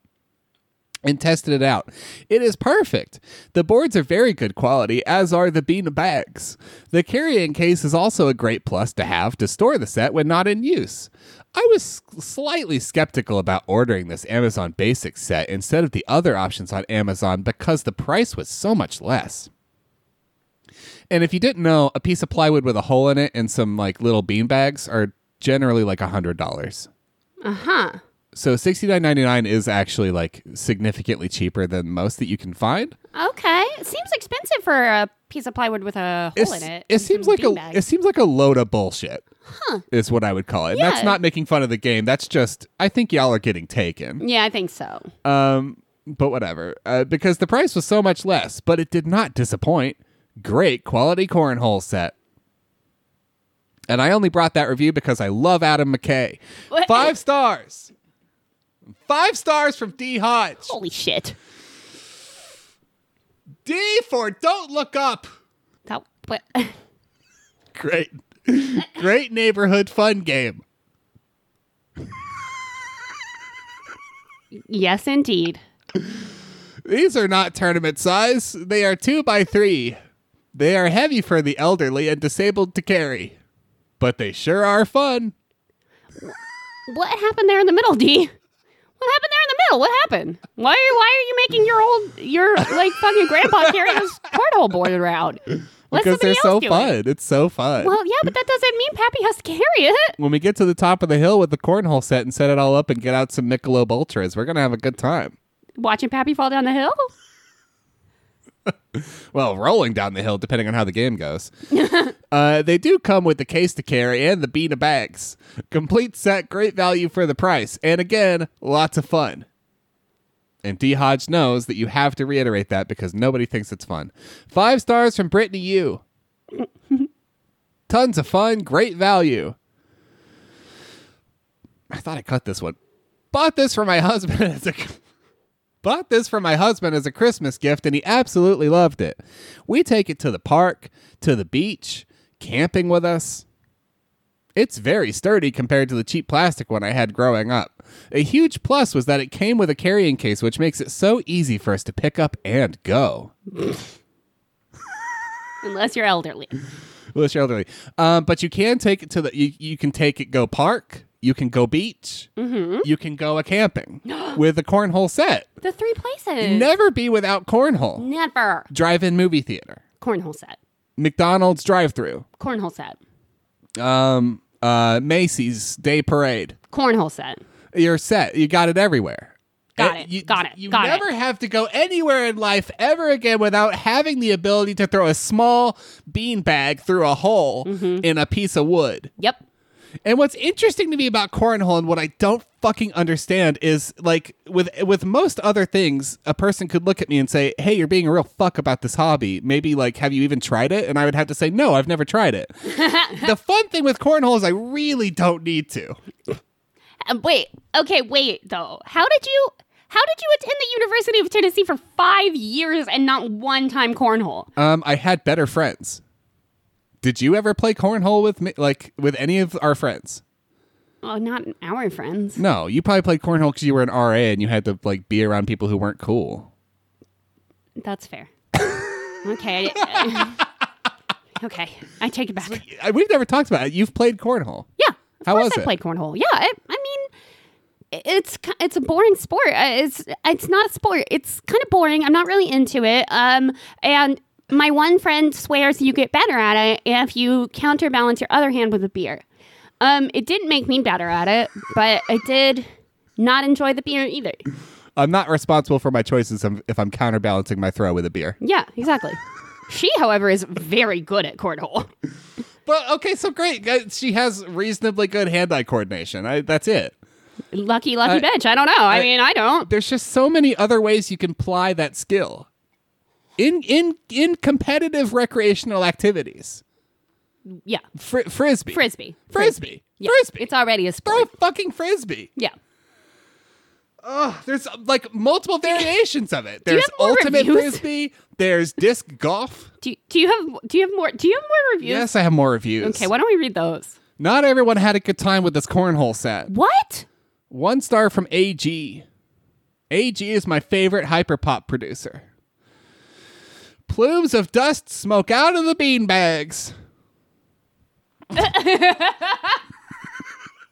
[SPEAKER 1] And tested it out. It is perfect. The boards are very good quality, as are the bean bags. The carrying case is also a great plus to have to store the set when not in use. I was s- slightly skeptical about ordering this Amazon Basics set instead of the other options on Amazon because the price was so much less. And if you didn't know, a piece of plywood with a hole in it and some like little bean bags are generally like a hundred dollars.
[SPEAKER 2] Uh huh.
[SPEAKER 1] So sixty nine ninety nine is actually like significantly cheaper than most that you can find.
[SPEAKER 2] Okay. It seems expensive for a piece of plywood with a hole
[SPEAKER 1] It's-
[SPEAKER 2] in it.
[SPEAKER 1] it
[SPEAKER 2] and some
[SPEAKER 1] seems like a
[SPEAKER 2] beanbags.
[SPEAKER 1] it seems like a load of bullshit. Is what I would call it. That's
[SPEAKER 2] Yeah.
[SPEAKER 1] not making fun of the game. That's just I think y'all are getting taken.
[SPEAKER 2] yeah, I think so.
[SPEAKER 1] Um, but whatever, uh, because the price was so much less, but it did not disappoint. Great quality cornhole set. And I only brought that review because I love Adam McKay.
[SPEAKER 2] What?
[SPEAKER 1] Five stars. Five stars from D Hodge.
[SPEAKER 2] Holy shit.
[SPEAKER 1] D for don't look up.
[SPEAKER 2] That, but,
[SPEAKER 1] Great. Great neighborhood fun game.
[SPEAKER 2] <laughs> yes, indeed.
[SPEAKER 1] These are not tournament size. They are two by three. They are heavy for the elderly and disabled to carry. But they sure are fun.
[SPEAKER 2] What happened there in the middle, D? What happened there in the middle? What happened? Why are why are you making your old your like
[SPEAKER 1] <laughs>
[SPEAKER 2] fucking grandpa carry this cornhole board around? Let
[SPEAKER 1] because they're
[SPEAKER 2] somebody
[SPEAKER 1] so
[SPEAKER 2] else do it.
[SPEAKER 1] fun. It's so fun.
[SPEAKER 2] Well, yeah, but that doesn't mean Pappy has to carry it.
[SPEAKER 1] when we get to the top of the hill with the cornhole set and set it all up and get out some Michelob Ultras, we're gonna have a good time.
[SPEAKER 2] Watching Pappy fall down the hill.
[SPEAKER 1] well, rolling down the hill, depending on how the game goes. <laughs> uh, they do come with the case to carry and the bean of bags. Complete set, great value for the price. And again, lots of fun. And D. Hodge knows that you have to reiterate that because nobody thinks it's fun. Five stars from Brittany U. Tons of fun, great value. I thought I cut this one. Bought this for my <laughs> husband as a bought this for my husband as a Christmas gift and he absolutely loved it. We take it to the park, to the beach, camping with us. It's very sturdy compared to the cheap plastic one I had growing up. A huge plus was that it came with a carrying case, which makes it so easy for us to pick up and go.
[SPEAKER 2] Unless you're elderly.
[SPEAKER 1] Well, elderly. Um, but you can take it to the. You, you can take it go park. You can go beach. You can go a camping with a cornhole set.
[SPEAKER 2] The three places.
[SPEAKER 1] Never be without cornhole.
[SPEAKER 2] Never.
[SPEAKER 1] Drive-in movie theater.
[SPEAKER 2] Cornhole set.
[SPEAKER 1] McDonald's drive-through.
[SPEAKER 2] Cornhole set.
[SPEAKER 1] Um, uh, Macy's day parade.
[SPEAKER 2] Cornhole set.
[SPEAKER 1] You're set. You got it everywhere.
[SPEAKER 2] Got
[SPEAKER 1] Eh,
[SPEAKER 2] it.
[SPEAKER 1] You,
[SPEAKER 2] Got it.
[SPEAKER 1] You
[SPEAKER 2] Got it.
[SPEAKER 1] never have to go anywhere in life ever again without having the ability to throw a small beanbag through a hole
[SPEAKER 2] Mm-hmm.
[SPEAKER 1] in a piece of wood.
[SPEAKER 2] Yep.
[SPEAKER 1] And what's interesting to me about cornhole and what I don't fucking understand is like with with most other things, a person could look at me and say, "Hey, you're being a real fuck about this hobby. Maybe like have you even tried it?" And I would have to say, "No, I've never tried it." the fun thing with cornhole is I really don't need to.
[SPEAKER 2] Uh, wait. Okay, wait though. How did you how did you attend the University of Tennessee for five years and not one time cornhole?
[SPEAKER 1] Um, I had better friends. Did you ever play cornhole with me? Like with any of our friends?
[SPEAKER 2] Oh, not our friends.
[SPEAKER 1] No, you probably played cornhole because you were an RA and you had to like be around people who weren't cool.
[SPEAKER 2] That's fair. okay. <laughs> I- okay. I take it back.
[SPEAKER 1] I- We've never talked about it. You've played cornhole.
[SPEAKER 2] Yeah. Of
[SPEAKER 1] How
[SPEAKER 2] course
[SPEAKER 1] was
[SPEAKER 2] I
[SPEAKER 1] it?
[SPEAKER 2] played cornhole. Yeah. I, I mean, it's ki- it's a boring sport. Uh, It's it's not a sport. It's kind of boring. I'm not really into it. Um, and my one friend swears you get better at it if you counterbalance your other hand with a beer. Um, it didn't make me better at it, but I did not enjoy the beer either.
[SPEAKER 1] I'm not responsible for my choices if I'm counterbalancing my throw with a beer.
[SPEAKER 2] Yeah, exactly. She, however, is very good at cornhole.
[SPEAKER 1] Well, okay, so great. Uh, She has reasonably good hand-eye coordination. I, that's it.
[SPEAKER 2] Lucky, lucky bitch. I don't know. I, mean, I don't.
[SPEAKER 1] There's just so many other ways you can ply that skill in in in competitive recreational activities.
[SPEAKER 2] Yeah,
[SPEAKER 1] Fr- frisbee.
[SPEAKER 2] frisbee.
[SPEAKER 1] Frisbee.
[SPEAKER 2] Yeah,
[SPEAKER 1] Frisbee.
[SPEAKER 2] It's already a sport.
[SPEAKER 1] Throw a fucking frisbee.
[SPEAKER 2] Yeah.
[SPEAKER 1] There's uh, like multiple variations of it. There's
[SPEAKER 2] have more
[SPEAKER 1] ultimate
[SPEAKER 2] reviews?
[SPEAKER 1] frisbee. There's disc golf.
[SPEAKER 2] Do, do you have do you have more do you have more reviews?
[SPEAKER 1] Yes, I have more reviews.
[SPEAKER 2] Okay, why don't we read those?
[SPEAKER 1] Not everyone had a good time with this cornhole set.
[SPEAKER 2] What?
[SPEAKER 1] One star from AG. AG is my favorite hyperpop producer. Plumes of dust smoke out of the beanbags.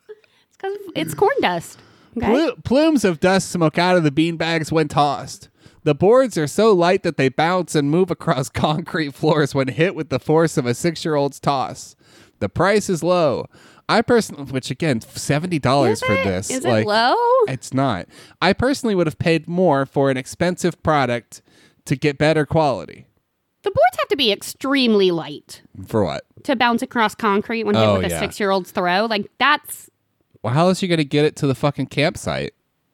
[SPEAKER 2] It's because it's corn dust. Okay.
[SPEAKER 1] Plu- plumes of dust smoke out of the beanbags when tossed. The boards are so light that they bounce and move across <laughs> concrete floors when hit with the force of a six year old's toss. The price is low. I personally, which again, seventy dollars
[SPEAKER 2] Is
[SPEAKER 1] for
[SPEAKER 2] it-
[SPEAKER 1] this.
[SPEAKER 2] Is it low?
[SPEAKER 1] It's not. I personally would have paid more for an expensive product to get better quality.
[SPEAKER 2] The boards have to be extremely light
[SPEAKER 1] For what?
[SPEAKER 2] to bounce across concrete when hit
[SPEAKER 1] Oh,
[SPEAKER 2] with a
[SPEAKER 1] yeah.
[SPEAKER 2] six year old's throw. Like that's
[SPEAKER 1] Well, how else are you going to get it to the fucking campsite?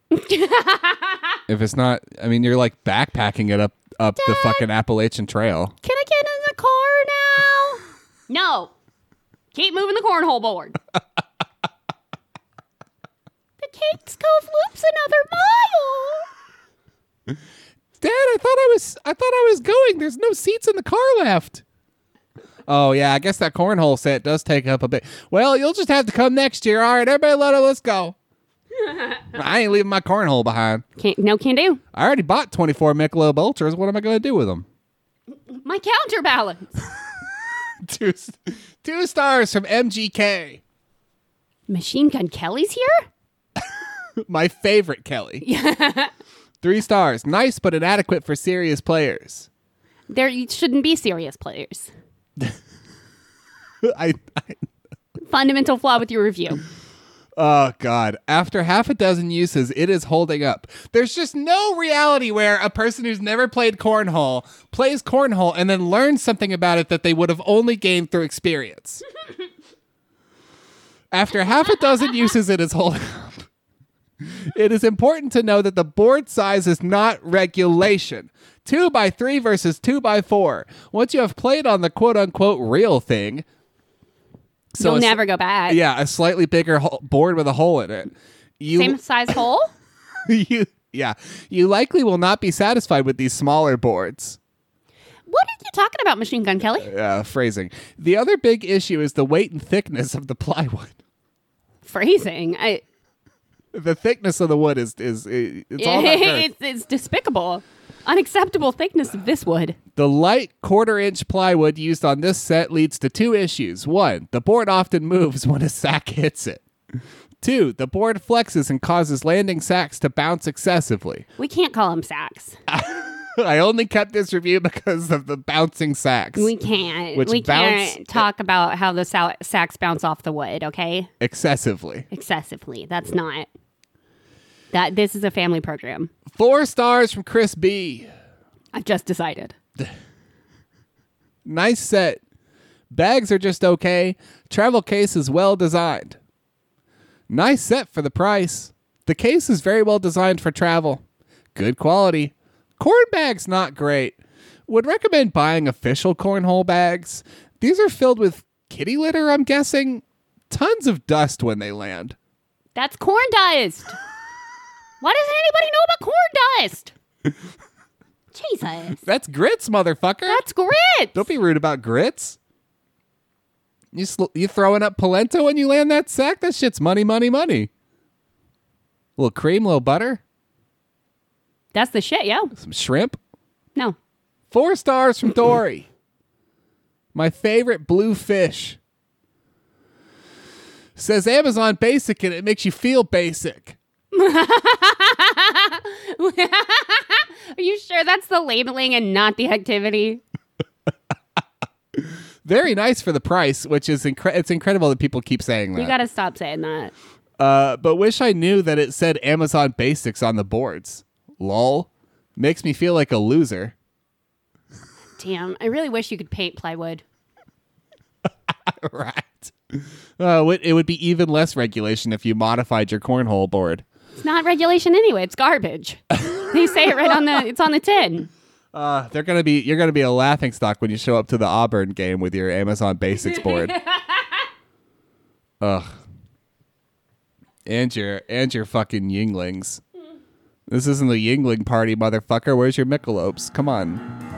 [SPEAKER 1] if it's not, I mean, you're like backpacking it up up the fucking Appalachian Trail.
[SPEAKER 2] can I get in the car now? <laughs> no. Keep moving the
[SPEAKER 1] <laughs>
[SPEAKER 2] cornhole board. the Cakes Cove loops another mile.
[SPEAKER 1] Dad, I thought I was I thought I was going. There's no seats in the car left. Oh yeah, I guess that cornhole set does take up a bit. Well, you'll just have to come next year. All right, everybody, let us go. I ain't leaving my cornhole behind.
[SPEAKER 2] Can't no can do.
[SPEAKER 1] I already bought 24 Michelob Ultras. What am I going to do with them?
[SPEAKER 2] My counterbalance.
[SPEAKER 1] Two, two stars from MGK,
[SPEAKER 2] Machine Gun Kelly's here?
[SPEAKER 1] my favorite Kelly. Three stars. Nice but inadequate for serious players. <laughs>
[SPEAKER 2] There you shouldn't be serious players.
[SPEAKER 1] I, I
[SPEAKER 2] Fundamental flaw with your review.
[SPEAKER 1] Oh God! After half a dozen uses, it is holding up. There's just no reality where a person who's never played cornhole plays cornhole and then learns something about it that they would have only gained through
[SPEAKER 2] <laughs>
[SPEAKER 1] experience. After half a dozen uses, it is holding up. It is important to know that the board size is not regulation. Two by three versus two by four. Once you have played on the quote unquote real thing,
[SPEAKER 2] You'll
[SPEAKER 1] it's-
[SPEAKER 2] never go
[SPEAKER 1] <laughs>
[SPEAKER 2] back.
[SPEAKER 1] yeah, a slightly bigger ho- board with a hole in it. You,
[SPEAKER 2] Same size hole?
[SPEAKER 1] <laughs> you, yeah, you likely will not be satisfied with these smaller boards.
[SPEAKER 2] What are you talking about, Machine Gun Kelly?
[SPEAKER 1] Uh, phrasing. The other big issue is the weight and thickness of the <laughs> plywood.
[SPEAKER 2] Phrasing. I,
[SPEAKER 1] The thickness of the wood is is, is it's all
[SPEAKER 2] <laughs>
[SPEAKER 1] about girth.
[SPEAKER 2] it's, it's despicable. Unacceptable thickness of this wood.
[SPEAKER 1] The light quarter inch plywood used on this set leads to two issues. One, the board often moves when a sack hits it. Two, the board flexes and causes landing sacks to bounce excessively. <laughs>
[SPEAKER 2] We can't call them sacks.
[SPEAKER 1] I only kept this review because of the bouncing sacks.
[SPEAKER 2] We can't.
[SPEAKER 1] Which
[SPEAKER 2] we
[SPEAKER 1] bounce-
[SPEAKER 2] can't talk about how the sa- sacks bounce off the wood, okay?
[SPEAKER 1] excessively.
[SPEAKER 2] Excessively. That's not. That this is a family program.
[SPEAKER 1] Four stars from Chris B.
[SPEAKER 2] I've just decided.
[SPEAKER 1] Nice set. Bags are just okay. Travel case is well designed. Nice set for the price. The case is very well designed for travel. Good quality. Corn bags not great. Would recommend buying official cornhole bags. These are filled with kitty litter, I'm guessing. Tons of dust when they land.
[SPEAKER 2] That's corn dust. Why doesn't anybody know about corn dust? Jesus.
[SPEAKER 1] That's grits, motherfucker.
[SPEAKER 2] That's grit.
[SPEAKER 1] Don't be rude about grits. You sl- you throwing up polenta when you land that sack? That shit's money, money, money. little cream, little butter,
[SPEAKER 2] That's the shit, yo.
[SPEAKER 1] some shrimp.
[SPEAKER 2] No.
[SPEAKER 1] Four stars from Dory. My favorite blue fish. Says Amazon basic and it makes you feel basic.
[SPEAKER 2] Are you sure that's the labeling and not the activity?
[SPEAKER 1] Very nice for the price, which is incre- it's incredible that people keep saying
[SPEAKER 2] You
[SPEAKER 1] that.
[SPEAKER 2] gotta stop saying that.
[SPEAKER 1] Uh, but wish I knew that it said Amazon Basics on the boards. Lol. Makes me feel like a loser.
[SPEAKER 2] Damn, I really wish you could paint plywood.
[SPEAKER 1] <laughs> right. Uh, it- it would be even less regulation if you modified your cornhole board.
[SPEAKER 2] It's not regulation anyway.
[SPEAKER 1] <laughs>
[SPEAKER 2] It's garbage. they say it right on the. It's on the tin.
[SPEAKER 1] Uh, they're gonna be you're gonna be a laughing stock when you show up to the Auburn game with your Amazon Basics
[SPEAKER 2] <laughs>
[SPEAKER 1] board. Ugh. And your and your fucking Yinglings. This isn't the Yingling party, motherfucker. Where's your Michelobes? Come on.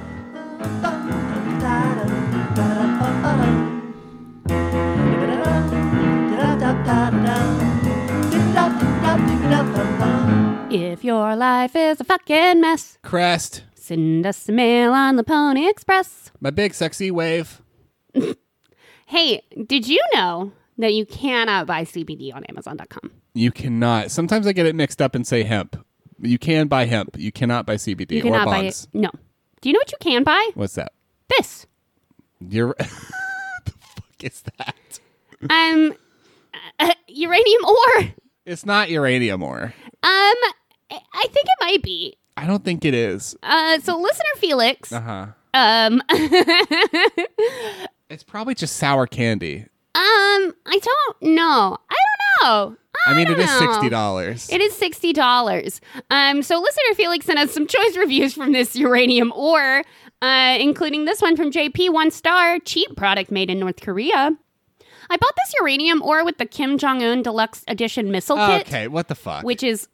[SPEAKER 2] If your life is a fucking mess,
[SPEAKER 1] Crest.
[SPEAKER 2] send us a mail on the Pony Express.
[SPEAKER 1] My big sexy wave.
[SPEAKER 2] Hey, did you know that you cannot buy CBD on Amazon.com?
[SPEAKER 1] You cannot. Sometimes I get it mixed up and say hemp. You can buy hemp. You cannot buy CBD
[SPEAKER 2] You
[SPEAKER 1] or
[SPEAKER 2] cannot buy
[SPEAKER 1] bonds.
[SPEAKER 2] it. No. Do you know what you can buy?
[SPEAKER 1] What's that?
[SPEAKER 2] This.
[SPEAKER 1] You're. <laughs> the fuck is that?
[SPEAKER 2] Um, uh, uranium ore.
[SPEAKER 1] It's not uranium ore.
[SPEAKER 2] Um, I I think it might be.
[SPEAKER 1] I don't think it is.
[SPEAKER 2] Uh, so listener Felix,
[SPEAKER 1] Uh huh.
[SPEAKER 2] um, <laughs>
[SPEAKER 1] It's probably just sour candy.
[SPEAKER 2] Um, I don't know. I don't know. I,
[SPEAKER 1] I mean, it
[SPEAKER 2] don't
[SPEAKER 1] is
[SPEAKER 2] know.
[SPEAKER 1] sixty dollars.
[SPEAKER 2] It is sixty dollars. Um, so listener Felix sent us some choice reviews from this uranium ore, uh, including this one from JP One Star, cheap product made in North Korea. I bought this uranium ore with the Kim Jong Un Deluxe Edition missile kit,
[SPEAKER 1] Oh, Okay, what the fuck?
[SPEAKER 2] which is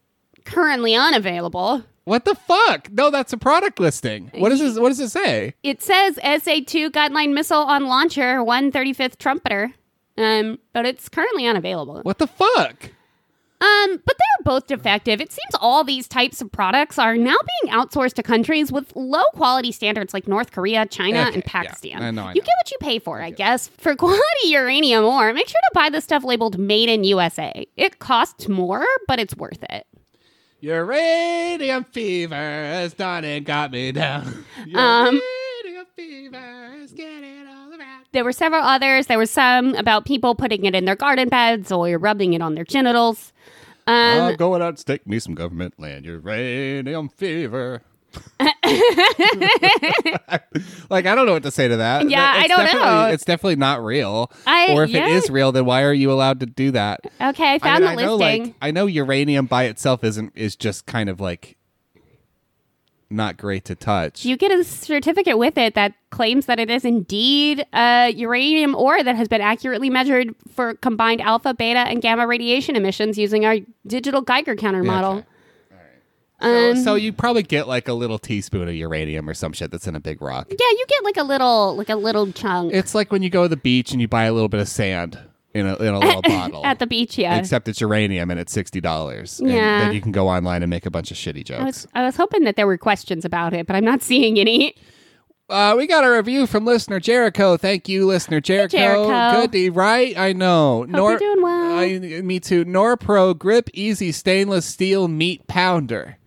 [SPEAKER 2] currently unavailable.
[SPEAKER 1] what the fuck? No, that's a product listing. What is this? What does it say?
[SPEAKER 2] It says SA2 guideline missile on launcher, one thirty fifth trumpeter, um, but it's currently unavailable.
[SPEAKER 1] What the fuck?
[SPEAKER 2] Um, but they're both defective. It seems all these types of products are now being outsourced to countries with low quality standards like North Korea, China,
[SPEAKER 1] Okay,
[SPEAKER 2] and
[SPEAKER 1] yeah.
[SPEAKER 2] Pakistan.
[SPEAKER 1] I know, I
[SPEAKER 2] you
[SPEAKER 1] know.
[SPEAKER 2] get what you pay for, I guess. For quality uranium ore, make sure to buy the stuff labeled made in USA. It costs more, but it's worth it.
[SPEAKER 1] Uranium fever has done and got me down.
[SPEAKER 2] Um,
[SPEAKER 1] Uranium fever is getting all around.
[SPEAKER 2] There were several others. There were some about people putting it in their garden beds or rubbing it on their genitals. Um,
[SPEAKER 1] I'm going Uh, out to take me some government land. Uranium fever. <laughs> like I don't know what to say to that.
[SPEAKER 2] Yeah,
[SPEAKER 1] It's
[SPEAKER 2] I don't
[SPEAKER 1] definitely-
[SPEAKER 2] know.
[SPEAKER 1] It's definitely not real.
[SPEAKER 2] I-
[SPEAKER 1] or if
[SPEAKER 2] yeah.
[SPEAKER 1] it is real, then why are you allowed to do that?
[SPEAKER 2] okay, I found
[SPEAKER 1] I
[SPEAKER 2] the
[SPEAKER 1] know,
[SPEAKER 2] listing.
[SPEAKER 1] like, I know uranium by itself isn't is just kind of like not great to touch.
[SPEAKER 2] you get a certificate with it that claims that it is indeed uh, uranium ore that has been accurately measured for combined alpha, beta, and gamma radiation emissions using our digital Geiger counter model.
[SPEAKER 1] okay. so,
[SPEAKER 2] Um,
[SPEAKER 1] so you probably get like a little teaspoon of uranium or some shit that's in a big rock.
[SPEAKER 2] yeah, you get like a little, like a little chunk
[SPEAKER 1] It's like when you go to the beach and you buy a little bit of sand in a in a little bottle.
[SPEAKER 2] <laughs> at the beach. Yeah,
[SPEAKER 1] Except it's uranium and it's sixty dollars.
[SPEAKER 2] Yeah. Oh,
[SPEAKER 1] And then you can go online and make a bunch of shitty
[SPEAKER 2] I
[SPEAKER 1] jokes.
[SPEAKER 2] was, I was hoping that there were questions about it, but I'm not seeing any.
[SPEAKER 1] Uh, we got a review from listener Jericho. Thank you, listener Jericho.
[SPEAKER 2] Jericho.
[SPEAKER 1] Good, to- right? I know. Hope
[SPEAKER 2] you're doing well.
[SPEAKER 1] I, me too. Norpro Grip Easy Stainless Steel Meat Pounder.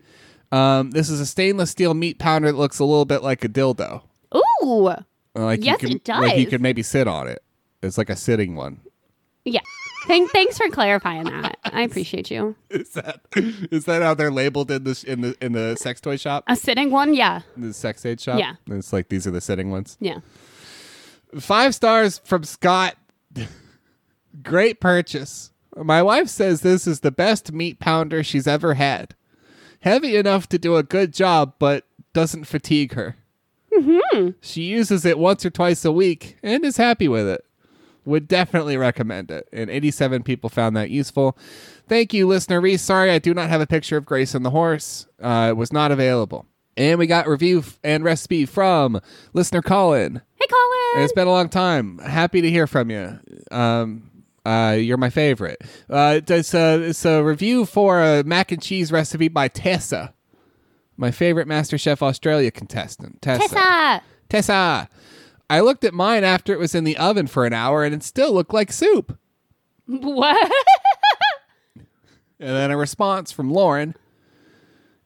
[SPEAKER 1] Um, this is a stainless steel meat pounder that looks a little bit like a dildo.
[SPEAKER 2] Ooh,
[SPEAKER 1] Like
[SPEAKER 2] Yes,
[SPEAKER 1] you can,
[SPEAKER 2] it
[SPEAKER 1] Like you
[SPEAKER 2] does.
[SPEAKER 1] could maybe sit on it. It's like a sitting one.
[SPEAKER 2] yeah. Thank, thanks for clarifying that. I appreciate you.
[SPEAKER 1] <laughs> Is that is that how they're labeled in the in the in the sex toy shop,
[SPEAKER 2] A sitting one, yeah,
[SPEAKER 1] in the sex aid shop?
[SPEAKER 2] Yeah.
[SPEAKER 1] It's like these are the sitting ones.
[SPEAKER 2] yeah.
[SPEAKER 1] Five stars from Scott. <laughs> Great purchase. My wife says this is the best meat pounder she's ever had. Heavy enough to do a good job, but doesn't fatigue her. Mm-hmm. She uses it once or twice a week and is happy with it. Would definitely recommend it. And 87 people found that useful. Thank you, listener Reese. Sorry, I do not have a picture of Grace and the horse. Uh, it was not available. And we got review f- and recipe from listener Colin.
[SPEAKER 2] Hey, Colin.
[SPEAKER 1] It's been a long time. Happy to hear from you. Um, uh, you're my favorite. Uh, it's, a, it's a review for a mac and cheese recipe by Tessa, my favorite MasterChef Australia contestant. Tessa.
[SPEAKER 2] Tessa.
[SPEAKER 1] Tessa. I looked at mine after it was in the oven for an hour and it still looked like soup.
[SPEAKER 2] <laughs> What? <laughs>
[SPEAKER 1] And then a response from Lauren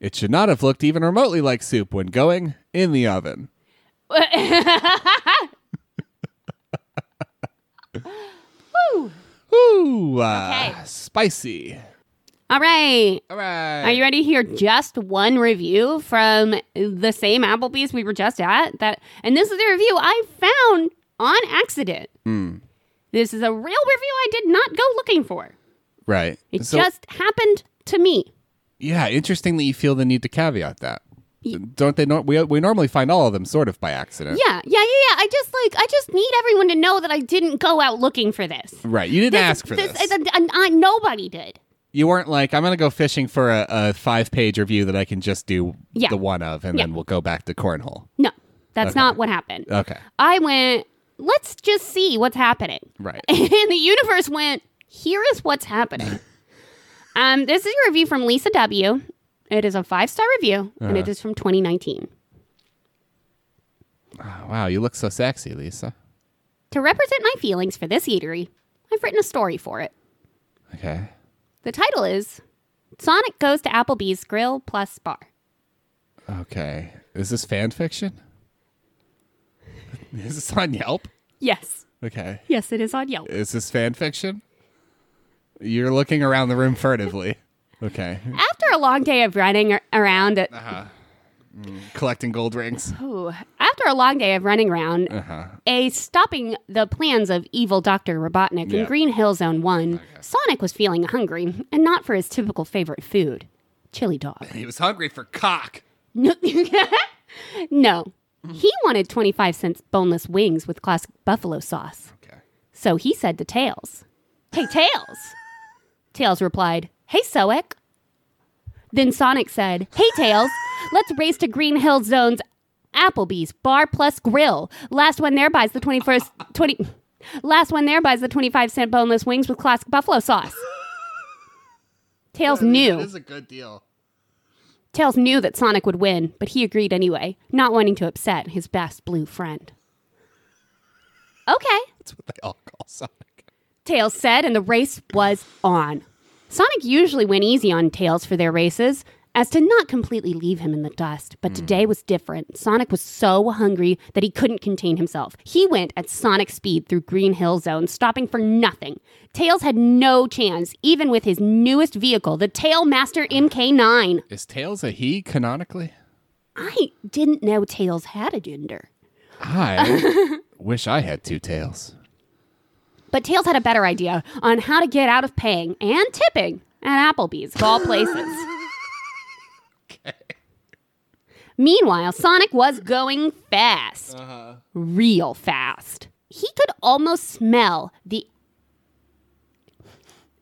[SPEAKER 1] It should not have looked even remotely like soup when going in the oven.
[SPEAKER 2] Woo.
[SPEAKER 1] Ooh, uh,
[SPEAKER 2] Okay.
[SPEAKER 1] spicy.
[SPEAKER 2] All right.
[SPEAKER 1] All right.
[SPEAKER 2] Are you ready to hear just one review from the same Applebee's we were just at? That and this is a review I found on accident.
[SPEAKER 1] Hmm.
[SPEAKER 2] This is a real review I did not go looking for.
[SPEAKER 1] right.
[SPEAKER 2] It
[SPEAKER 1] So-
[SPEAKER 2] just happened to me.
[SPEAKER 1] Yeah, interesting that you feel the need to caveat that. Don't they? Nor- we we normally find all of them sort of by accident.
[SPEAKER 2] Yeah, yeah, yeah, yeah. I just like I just need everyone to know that I didn't go out looking for this.
[SPEAKER 1] Right. You didn't ask for this.
[SPEAKER 2] is a- and I- nobody did.
[SPEAKER 1] you weren't like, I'm going to go fishing for a, a five page review that I can just do
[SPEAKER 2] Yeah.
[SPEAKER 1] the one of, and
[SPEAKER 2] Yeah.
[SPEAKER 1] then we'll go back to cornhole.
[SPEAKER 2] No, that's not what happened.
[SPEAKER 1] Okay.
[SPEAKER 2] I went. Let's just see what's happening.
[SPEAKER 1] Right.
[SPEAKER 2] <laughs> and the universe went, here is what's happening. um, this is a review from Lisa W. It is a five star review, and it is from 2019.
[SPEAKER 1] Oh, wow, you look so sexy, Lisa.
[SPEAKER 2] To represent my feelings for this eatery, I've written a story for it.
[SPEAKER 1] Okay.
[SPEAKER 2] The title is Sonic Goes to Applebee's Grill Plus Bar.
[SPEAKER 1] Okay. Is this fan fiction? <laughs> Is this on Yelp?
[SPEAKER 2] Yes.
[SPEAKER 1] Okay.
[SPEAKER 2] Yes, it is on Yelp.
[SPEAKER 1] Is this fan fiction? You're looking around the room furtively. Okay.
[SPEAKER 2] After a long day of running ar- around at
[SPEAKER 1] Collecting gold rings.
[SPEAKER 2] Ooh. After a long day of running around, a stopping the plans of evil Dr. Robotnik in
[SPEAKER 1] Yeah.
[SPEAKER 2] Green Hill Zone 1, Sonic was feeling hungry and not for his typical favorite food, chili dog.
[SPEAKER 1] He was hungry for cock.
[SPEAKER 2] No. <laughs> no. He wanted 25 cents boneless wings with classic buffalo sauce.
[SPEAKER 1] Okay.
[SPEAKER 2] So he said to Tails, Hey, Tails! Tails replied, Hey, Soek. Then Sonic said, Hey, Tails, let's race to Green Hill Zone's Applebee's Bar Plus Grill. Last one there buys the 21st, 20, last one there buys the 25 cent boneless wings with classic buffalo sauce. Tails knew.
[SPEAKER 1] a good deal.
[SPEAKER 2] Tails knew that Sonic would win, but he agreed anyway, not wanting to upset his best blue friend. Okay,
[SPEAKER 1] That's what they all call Sonic.
[SPEAKER 2] Tails said, and the race was on. Sonic usually went easy on Tails for their races, as to not completely leave him in the dust. But today was different. Sonic was so hungry that he couldn't contain himself. He went at Sonic speed through Green Hill Zone, stopping for nothing. Tails had no chance, even with his newest vehicle, the Tailmaster MK9.
[SPEAKER 1] Is Tails a he canonically?
[SPEAKER 2] I didn't know Tails had a gender.
[SPEAKER 1] I wish I had two tails.
[SPEAKER 2] But Tails had a better idea on how to get out of paying and tipping at Applebee's, of all places. Meanwhile, Sonic was going fast. Real fast. He could almost smell the.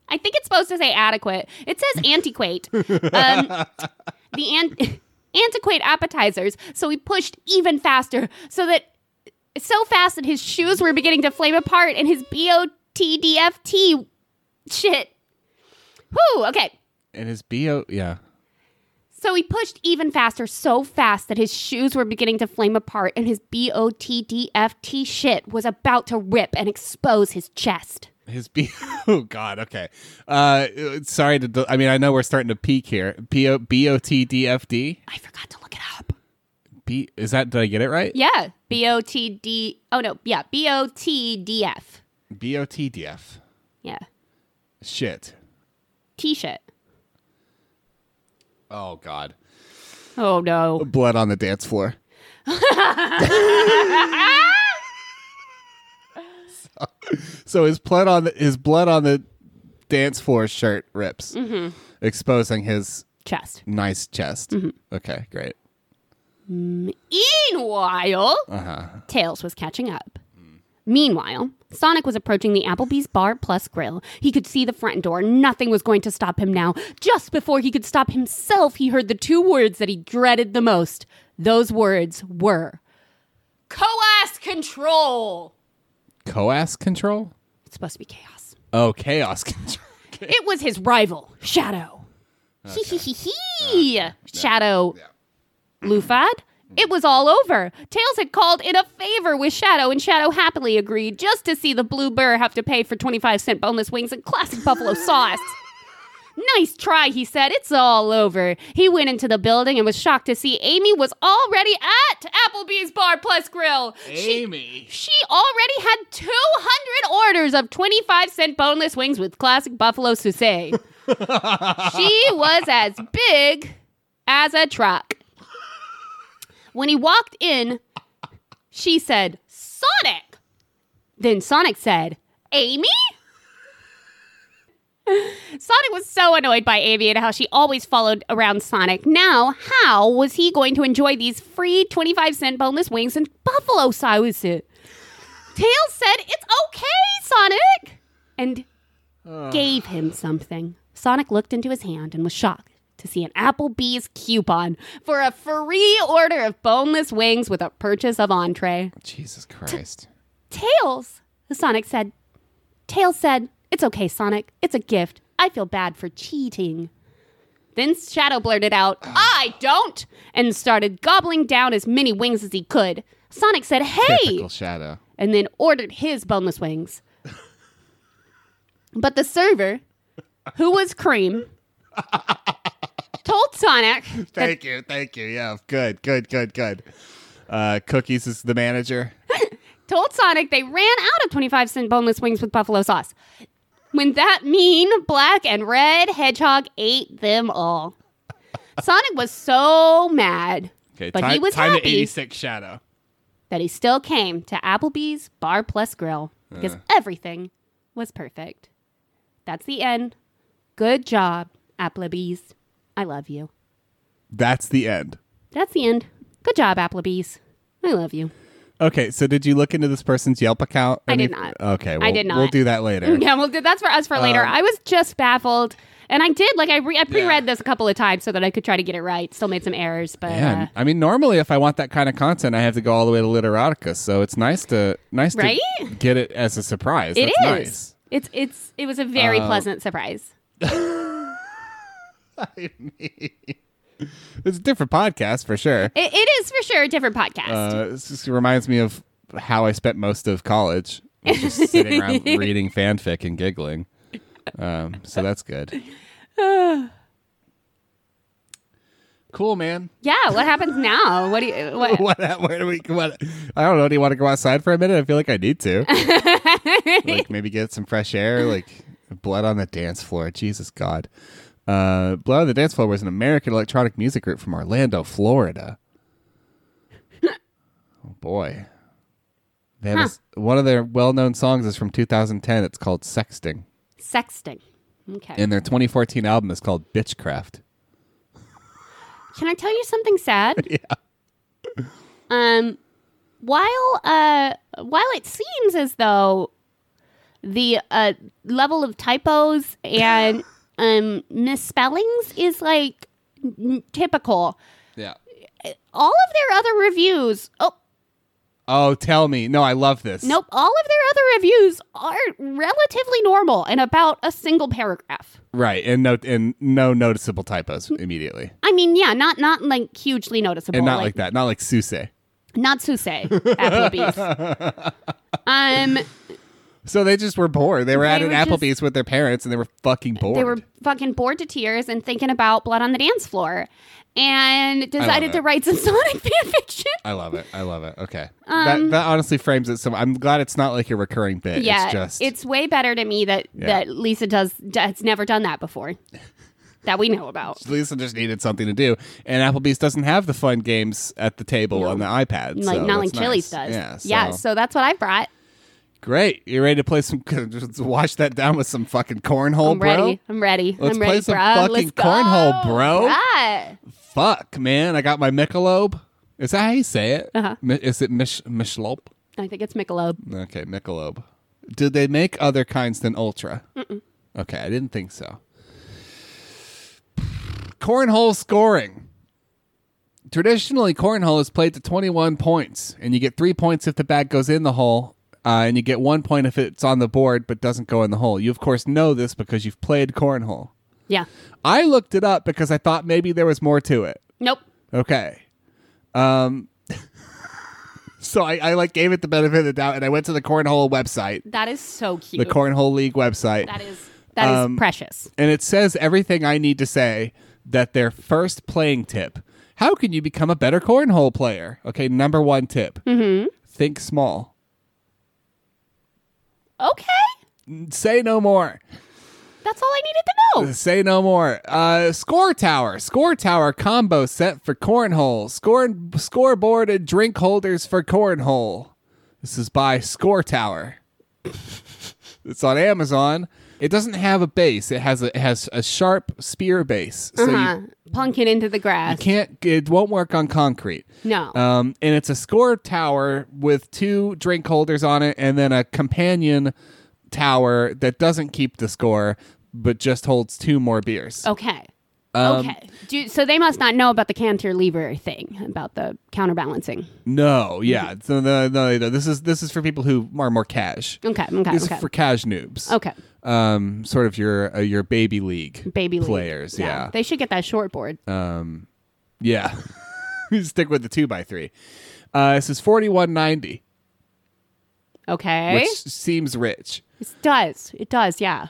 [SPEAKER 2] I think it's supposed to say adequate. It says antiquate. Um, the an- <laughs> antiquate appetizers, so he pushed even faster so that so fast that his shoes were beginning to flame apart and his BOTDFT shit. Whew, okay.
[SPEAKER 1] And his bo yeah.
[SPEAKER 2] So he pushed even faster, so fast that his shoes were beginning to flame apart and his BOTDFT shit was about to rip and expose his chest.
[SPEAKER 1] His B. <laughs> Oh God. Okay. Uh, sorry to. del- I mean, I know we're starting to peak here. B o b o t d f d.
[SPEAKER 2] I forgot to look it up.
[SPEAKER 1] B. Is that? Did I get it right?
[SPEAKER 2] Yeah, BOTD. Oh no, yeah, BOTDF.
[SPEAKER 1] B o t d f.
[SPEAKER 2] Yeah,
[SPEAKER 1] Shit.
[SPEAKER 2] T shit.
[SPEAKER 1] Oh God.
[SPEAKER 2] Oh no.
[SPEAKER 1] Blood on the dance
[SPEAKER 2] <laughs>
[SPEAKER 1] floor. so, so his blood on the, his blood on the dance floor shirt rips,
[SPEAKER 2] Mm-hmm.
[SPEAKER 1] exposing his
[SPEAKER 2] Chest.
[SPEAKER 1] nice chest.
[SPEAKER 2] Mm-hmm.
[SPEAKER 1] Okay, great.
[SPEAKER 2] Meanwhile, Tails was catching up. Meanwhile, Sonic was approaching the Applebee's Bar Plus Grill. He could see the front door. Nothing was going to stop him now. Just before he could stop himself, he heard the two words that he dreaded the most. Those words were coas control.
[SPEAKER 1] Coas control.
[SPEAKER 2] It's supposed to be chaos.
[SPEAKER 1] Oh, chaos control.
[SPEAKER 2] It was his rival, Shadow. Hee hee hee hee. Shadow Lufad. It was all over. Tails had called in a favor with Shadow, and Shadow happily agreed just to see the blue burr have to pay for 25 cent boneless wings and classic buffalo sauce. Nice try, he said. It's all over. He went into the building and was shocked to see Amy was already at Applebee's Bar Plus Grill. <laughs> She-
[SPEAKER 1] Amy.
[SPEAKER 2] she already had 200 orders of 25 cent boneless wings with classic buffalo sauce. she was as big as a truck. When he walked in, she said, Sonic. Then Sonic said, Amy? Sonic was so annoyed by Amy and how she always followed around Sonic. Now, how was he going to enjoy these free 25 cent boneless wings and buffalo sauce? Tails said, It's okay, Sonic! And gave him something. Sonic looked into his hand and was shocked to see an Applebee's coupon for a free order of boneless wings with a purchase of entree.
[SPEAKER 1] Jesus Christ.
[SPEAKER 2] Tails, Sonic said. Tails said, It's okay, Sonic. It's a gift. I feel bad for cheating. Then Shadow blurted out, I don't! and started gobbling down as many wings as he could. Sonic said, Hey!
[SPEAKER 1] Typical shadow.
[SPEAKER 2] and then ordered his boneless wings. but the server, who was cream, told Sonic,
[SPEAKER 1] Thank you, thank you. Yeah, good, good, good, good. Uh, Cookies is the manager.
[SPEAKER 2] told Sonic they ran out of 25 cent boneless wings with buffalo sauce. When that mean black and red hedgehog ate them all. Sonic was so mad, but he was
[SPEAKER 1] time to
[SPEAKER 2] happy
[SPEAKER 1] eighty-six shadow.
[SPEAKER 2] that he still came to Applebee's Bar Plus Grill because
[SPEAKER 1] Uh.
[SPEAKER 2] everything was perfect. That's the end. Good job, Applebee's. I love you.
[SPEAKER 1] That's the end.
[SPEAKER 2] That's the end. Good job, Applebee's. I
[SPEAKER 1] <laughs>
[SPEAKER 2] love you.
[SPEAKER 1] Okay, so did you look into this person's Yelp account?
[SPEAKER 2] I did
[SPEAKER 1] Any-
[SPEAKER 2] not.
[SPEAKER 1] Okay,
[SPEAKER 2] I
[SPEAKER 1] well,
[SPEAKER 2] did
[SPEAKER 1] We'll
[SPEAKER 2] not.
[SPEAKER 1] do that
[SPEAKER 2] <laughs>
[SPEAKER 1] later.
[SPEAKER 2] Yeah, well, that's for
[SPEAKER 1] Um,
[SPEAKER 2] us for later. I was just baffled, and I did like I, re- I pre-read this a couple of times so that I could try to get it right. Still made some errors, but
[SPEAKER 1] Yeah,
[SPEAKER 2] uh,
[SPEAKER 1] I mean, normally if I want that kind of content, I have to go all the way to Literotica. So it's nice to nice
[SPEAKER 2] Right?
[SPEAKER 1] to get it as a surprise.
[SPEAKER 2] it
[SPEAKER 1] That's
[SPEAKER 2] is.
[SPEAKER 1] nice. Uh,
[SPEAKER 2] It's it's it was a very pleasant surprise.
[SPEAKER 1] <laughs> It's a different podcast for sure.
[SPEAKER 2] It, it is for sure a different podcast.
[SPEAKER 1] Uh, this just reminds me of how I spent most of college, was
[SPEAKER 2] <laughs>
[SPEAKER 1] just sitting around reading fanfic and
[SPEAKER 2] <laughs>
[SPEAKER 1] giggling. Um, so that's good. Cool, man.
[SPEAKER 2] Yeah, what happens now? What do you? What,
[SPEAKER 1] <laughs> What? Where do we? What? I don't know. Do you want to go outside for a minute? I feel like I need to. like maybe get some fresh air. Like blood on the dance floor. Jesus God. Uh, blood on the dance floor was an American electronic music group from Orlando, Florida. oh boy. They had a s- one of their well-known songs is from 2010. It's called "Sexting,"
[SPEAKER 2] Sexting. Okay.
[SPEAKER 1] and their 2014 album is called "Bitchcraft."
[SPEAKER 2] Can I tell you something
[SPEAKER 1] <laughs>
[SPEAKER 2] sad? yeah. Um, while uh, while it seems as though the uh, level of typos
[SPEAKER 1] <laughs>
[SPEAKER 2] and um misspellings is like n- typical,
[SPEAKER 1] Yeah.
[SPEAKER 2] all of their other reviews. Oh.
[SPEAKER 1] Oh, tell me. No, I love this.
[SPEAKER 2] Nope, all of their other reviews are relatively normal and about a single paragraph.
[SPEAKER 1] Right, and no and no noticeable typos immediately,
[SPEAKER 2] I mean, yeah, not not like hugely noticeable.
[SPEAKER 1] and not like, that, not like Suse.
[SPEAKER 2] Not Suse, Applebee's.
[SPEAKER 1] <laughs>
[SPEAKER 2] um,
[SPEAKER 1] So they just were bored. They were at
[SPEAKER 2] They
[SPEAKER 1] an
[SPEAKER 2] were just-
[SPEAKER 1] Applebee's with their parents, and they were fucking bored.
[SPEAKER 2] they were fucking bored to tears and thinking about blood on the dance floor, and decided to
[SPEAKER 1] it.
[SPEAKER 2] write some <laughs> Sonic fan fiction.
[SPEAKER 1] I love it. I love it. Okay,
[SPEAKER 2] Um,
[SPEAKER 1] that that honestly frames it. So I'm glad it's not like a recurring bit.
[SPEAKER 2] yeah,
[SPEAKER 1] it's just
[SPEAKER 2] way better to me that that Lisa does has never done that before, that we know about.
[SPEAKER 1] Lisa just needed something to do, and Applebee's doesn't have the fun games at the table on the iPad.
[SPEAKER 2] Like
[SPEAKER 1] so
[SPEAKER 2] not like
[SPEAKER 1] that's
[SPEAKER 2] Chili's
[SPEAKER 1] nice.
[SPEAKER 2] does.
[SPEAKER 1] Yeah. So.
[SPEAKER 2] yeah. So that's what I brought.
[SPEAKER 1] great. You ready to play some? <laughs> Just wash that down with some fucking cornhole, Oh,
[SPEAKER 2] I'm
[SPEAKER 1] bro.
[SPEAKER 2] ready. I'm ready.
[SPEAKER 1] Let's
[SPEAKER 2] I'm ready,
[SPEAKER 1] play some
[SPEAKER 2] bruh.
[SPEAKER 1] fucking
[SPEAKER 2] Let's go.
[SPEAKER 1] cornhole, bro.
[SPEAKER 2] Yeah.
[SPEAKER 1] Fuck, man. I got my Michelob. Is that how you say it?
[SPEAKER 2] Uh-huh.
[SPEAKER 1] Mi- Is it Mich- Michelob?
[SPEAKER 2] I think it's Michelob.
[SPEAKER 1] Okay, Michelob. Did they make other kinds than Ultra? Okay, I didn't think so. Cornhole scoring. Traditionally, cornhole is played to 21 points, and you get three points if the bag goes in the hole, uh, and you get one point if it's on the board but doesn't go in the hole. You, of course, know this because you've played cornhole.
[SPEAKER 2] Yeah.
[SPEAKER 1] I looked it up because I thought maybe there was more to it.
[SPEAKER 2] Nope.
[SPEAKER 1] Okay. Um <laughs> So I, I like gave it the benefit of the doubt and I went to the cornhole website,
[SPEAKER 2] That is so cute.
[SPEAKER 1] the Um, cornhole league website.
[SPEAKER 2] that is that is precious.
[SPEAKER 1] and it says everything I need to say that their first playing tip. How can you become a better cornhole player? Okay, number one tip. Think small.
[SPEAKER 2] Okay.
[SPEAKER 1] Say no more.
[SPEAKER 2] That's all I needed to know.
[SPEAKER 1] Say no more. Uh, score tower, score tower combo set for cornhole. Score scoreboard and drink holders for cornhole. This is by Score Tower. it's on Amazon. It doesn't have a base. It has a it has a sharp spear base, so
[SPEAKER 2] Uh-huh. Plunk it into the
[SPEAKER 1] you
[SPEAKER 2] grass.
[SPEAKER 1] can't. It won't work on concrete.
[SPEAKER 2] No.
[SPEAKER 1] Um, and it's a score tower with two drink holders on it, and then a companion tower that doesn't keep the score, but just holds two more beers.
[SPEAKER 2] okay.
[SPEAKER 1] um,
[SPEAKER 2] okay. Do you- so they must not know about the cantilever thing about the counterbalancing. Mm-hmm.
[SPEAKER 1] No, yeah, so no, no, no, this is this is for people who are more cash.
[SPEAKER 2] Okay. Okay.
[SPEAKER 1] This
[SPEAKER 2] Okay.
[SPEAKER 1] is for cash noobs.
[SPEAKER 2] okay.
[SPEAKER 1] Um, sort of your uh, your baby league
[SPEAKER 2] Baby league.
[SPEAKER 1] players. Yeah, Uh,
[SPEAKER 2] They should get that short board.
[SPEAKER 1] yeah. <laughs> Stick with the two by three. Uh, this is forty one ninety,
[SPEAKER 2] okay.
[SPEAKER 1] which seems rich.
[SPEAKER 2] it does. It does. Yeah.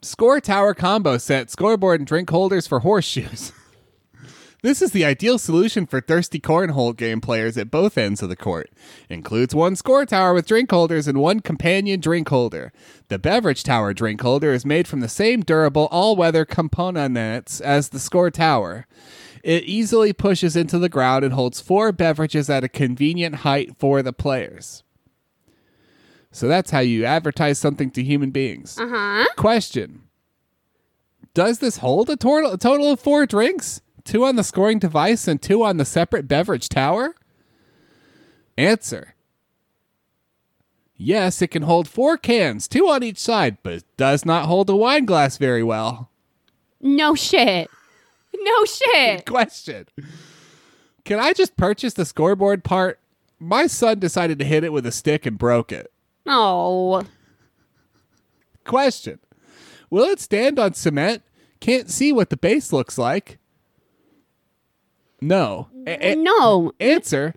[SPEAKER 1] Score tower combo set, scoreboard, and drink holders for horseshoes. <laughs> this is the ideal solution for thirsty cornhole game players at both ends of the court. Includes one score tower with drink holders and one companion drink holder. The beverage tower drink holder is made from the same durable all weather components as the score tower. It easily pushes into the ground and holds four beverages at a convenient height for the players. So that's how you advertise something to human beings. Question Does this hold a, tor- a total of four drinks? Two on the scoring device and two on the separate beverage tower? Answer Yes, it can hold four cans, two on each side, but does not hold a wine glass very well. <laughs>
[SPEAKER 2] No shit. No shit.
[SPEAKER 1] Question Can I just purchase the scoreboard part? My son decided to hit it with a stick and broke it.
[SPEAKER 2] Oh.
[SPEAKER 1] Question Will it stand on cement? Can't see what the base looks like. No. A- a-
[SPEAKER 2] no.
[SPEAKER 1] answer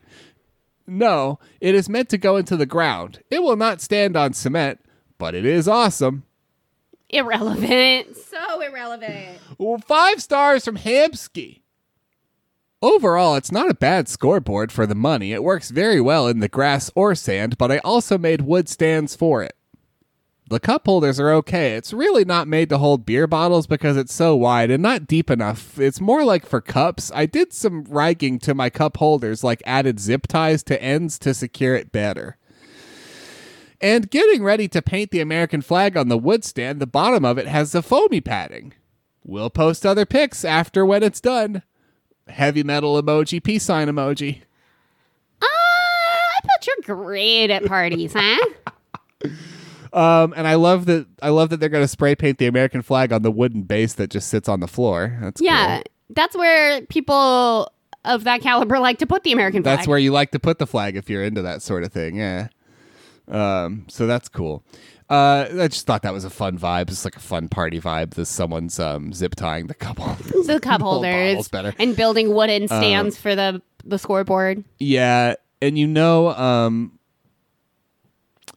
[SPEAKER 1] No. It is meant to go into the ground. It will not stand on cement, but it is awesome. <laughs>
[SPEAKER 2] Irrelevant. So irrelevant.
[SPEAKER 1] Well, five stars from Hamsky. Overall, it's not a bad scoreboard for the money. It works very well in the grass or sand, but I also made wood stands for it. The cup holders are okay. It's really not made to hold beer bottles because it's so wide and not deep enough. It's more like for cups. I did some rigging to my cup holders, like added zip ties to ends to secure it better. And getting ready to paint the American flag on the wood stand, the bottom of it has the foamy padding. We'll post other pics after when it's done. Heavy metal emoji, peace sign emoji.
[SPEAKER 2] Ah, I bet you're great at parties, huh?
[SPEAKER 1] Um, and I love that I love that they're going to spray paint the American flag on the wooden base that just sits on the floor. That's
[SPEAKER 2] Yeah,
[SPEAKER 1] cool.
[SPEAKER 2] that's where people of that caliber like to put the American flag.
[SPEAKER 1] That's where you like to put the flag if you're into that sort of thing. Yeah. Um, so that's cool. Uh, I just thought that was a fun vibe. It's like a fun party vibe. This someone's um zip tying the couple.
[SPEAKER 2] <laughs> the
[SPEAKER 1] <laughs>
[SPEAKER 2] cup holders
[SPEAKER 1] bottle's better. Uh,
[SPEAKER 2] and building wooden stands for the the scoreboard.
[SPEAKER 1] Yeah, and you know, um,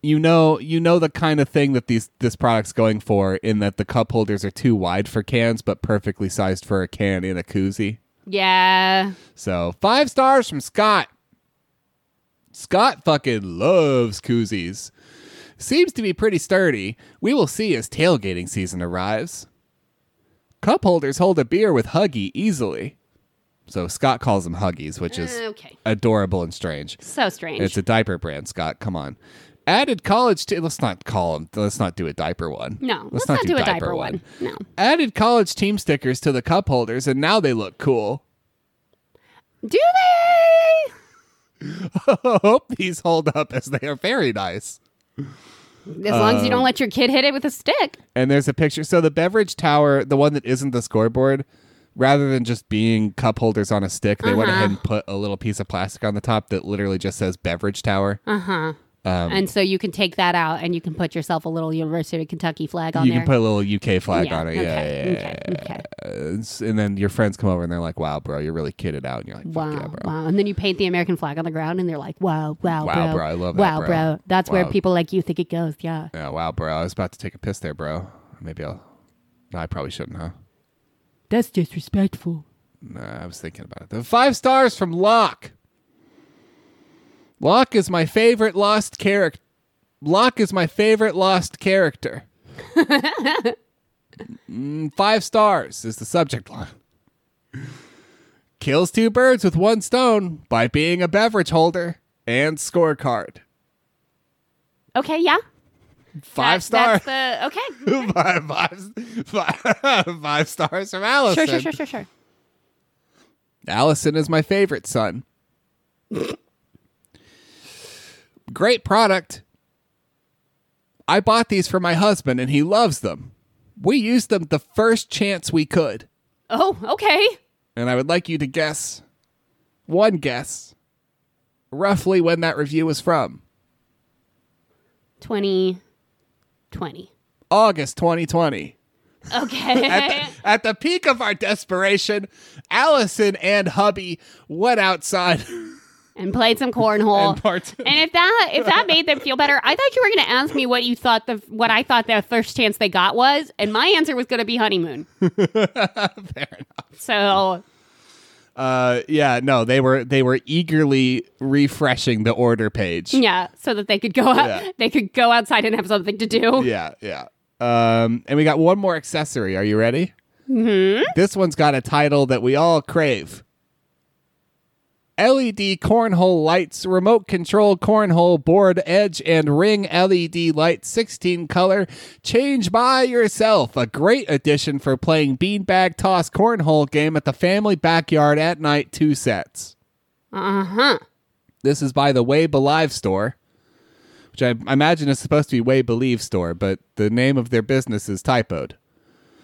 [SPEAKER 1] you know, you know the kind of thing that these this product's going for in that the cup holders are too wide for cans, but perfectly sized for a can in a koozie.
[SPEAKER 2] Yeah,
[SPEAKER 1] So five stars from Scott. Scott fucking loves koozies. Seems to be pretty sturdy. We will see as tailgating season arrives. Cup holders hold a beer with Huggy easily. So Scott calls them Huggies, which is
[SPEAKER 2] Okay.
[SPEAKER 1] adorable and strange.
[SPEAKER 2] so strange.
[SPEAKER 1] It's a diaper brand, Scott. Come on. Added college te- let's not call them. Let's not do a diaper one.
[SPEAKER 2] no, let's, not, do, a diaper, one. No.
[SPEAKER 1] Added college team stickers to the cup holders, and now they look cool. <laughs>
[SPEAKER 2] Do they?
[SPEAKER 1] hope these hold up as they are very nice.
[SPEAKER 2] As long as you
[SPEAKER 1] Um,
[SPEAKER 2] don't let your kid hit it with a stick.
[SPEAKER 1] And there's a picture. So the beverage tower, the one that isn't the scoreboard, rather than just being cup holders on a stick, they
[SPEAKER 2] Uh-huh.
[SPEAKER 1] went ahead and put a little piece of plastic on the top that literally just says beverage tower.
[SPEAKER 2] Uh huh.
[SPEAKER 1] um,
[SPEAKER 2] and so you can take that out and you can put yourself a little University of Kentucky flag on
[SPEAKER 1] you
[SPEAKER 2] there.
[SPEAKER 1] can put a little UK flag
[SPEAKER 2] yeah,
[SPEAKER 1] on it.
[SPEAKER 2] okay,
[SPEAKER 1] Yeah, yeah, yeah.
[SPEAKER 2] okay, okay.
[SPEAKER 1] It's- uh, And then your friends come over and they're like, wow, bro, you're really kitted out. And you're like, Fuck
[SPEAKER 2] Wow,
[SPEAKER 1] yeah, bro.
[SPEAKER 2] wow. And then you paint the American flag on the ground and they're like, wow, wow,
[SPEAKER 1] Wow,
[SPEAKER 2] bro.
[SPEAKER 1] bro, I love that,
[SPEAKER 2] Wow,
[SPEAKER 1] bro.
[SPEAKER 2] That's where
[SPEAKER 1] Wow.
[SPEAKER 2] people like you think it goes. Yeah.
[SPEAKER 1] Yeah, wow, bro. I was about to take a piss there, bro. Maybe I'll. No, I probably shouldn't, huh?
[SPEAKER 2] That's disrespectful.
[SPEAKER 1] No, I was thinking about it. The five stars from Locke. Locke is my favorite lost character. Locke is my favorite lost character. Mm, five stars is the subject line. Kills two birds with one stone by being a beverage holder and scorecard.
[SPEAKER 2] Okay, yeah.
[SPEAKER 1] Five
[SPEAKER 2] That-
[SPEAKER 1] stars.
[SPEAKER 2] That's the,
[SPEAKER 1] <laughs>
[SPEAKER 2] okay.
[SPEAKER 1] five, five, five, five stars from Allison.
[SPEAKER 2] Sure, sure, sure, sure, sure.
[SPEAKER 1] Allison is my favorite son. Great product. I bought these for my husband and he loves them. We used them the first chance we could.
[SPEAKER 2] Oh, okay.
[SPEAKER 1] And I would like you to guess one guess roughly when that review was from.
[SPEAKER 2] 2020.
[SPEAKER 1] August 2020.
[SPEAKER 2] Okay.
[SPEAKER 1] <laughs> At the, at the peak of our desperation, Allison and hubby went outside
[SPEAKER 2] and played some cornhole.
[SPEAKER 1] and part
[SPEAKER 2] And if that if that made them feel better, I thought you were going to ask me what you thought the what I thought the first chance they got was, and my answer was going to be honeymoon.
[SPEAKER 1] <laughs> Fair enough.
[SPEAKER 2] So
[SPEAKER 1] Uh, yeah, no, they were they were eagerly refreshing the order page.
[SPEAKER 2] <laughs> yeah, so that they could go out,
[SPEAKER 1] Yeah.
[SPEAKER 2] they could go outside and have something to <laughs> do.
[SPEAKER 1] Yeah, yeah. Um, and we got one more accessory. Are you ready? Mm-hmm. This one's got a title that we all crave. LED cornhole lights, remote control cornhole board edge and ring E LED light 16 color. Change by yourself. A great addition for playing beanbag toss cornhole game at the family backyard at night. Two sets.
[SPEAKER 2] Uh huh.
[SPEAKER 1] This is by the Way Believe store, which I imagine is supposed to be Way Believe store, but the name of their business is typoed.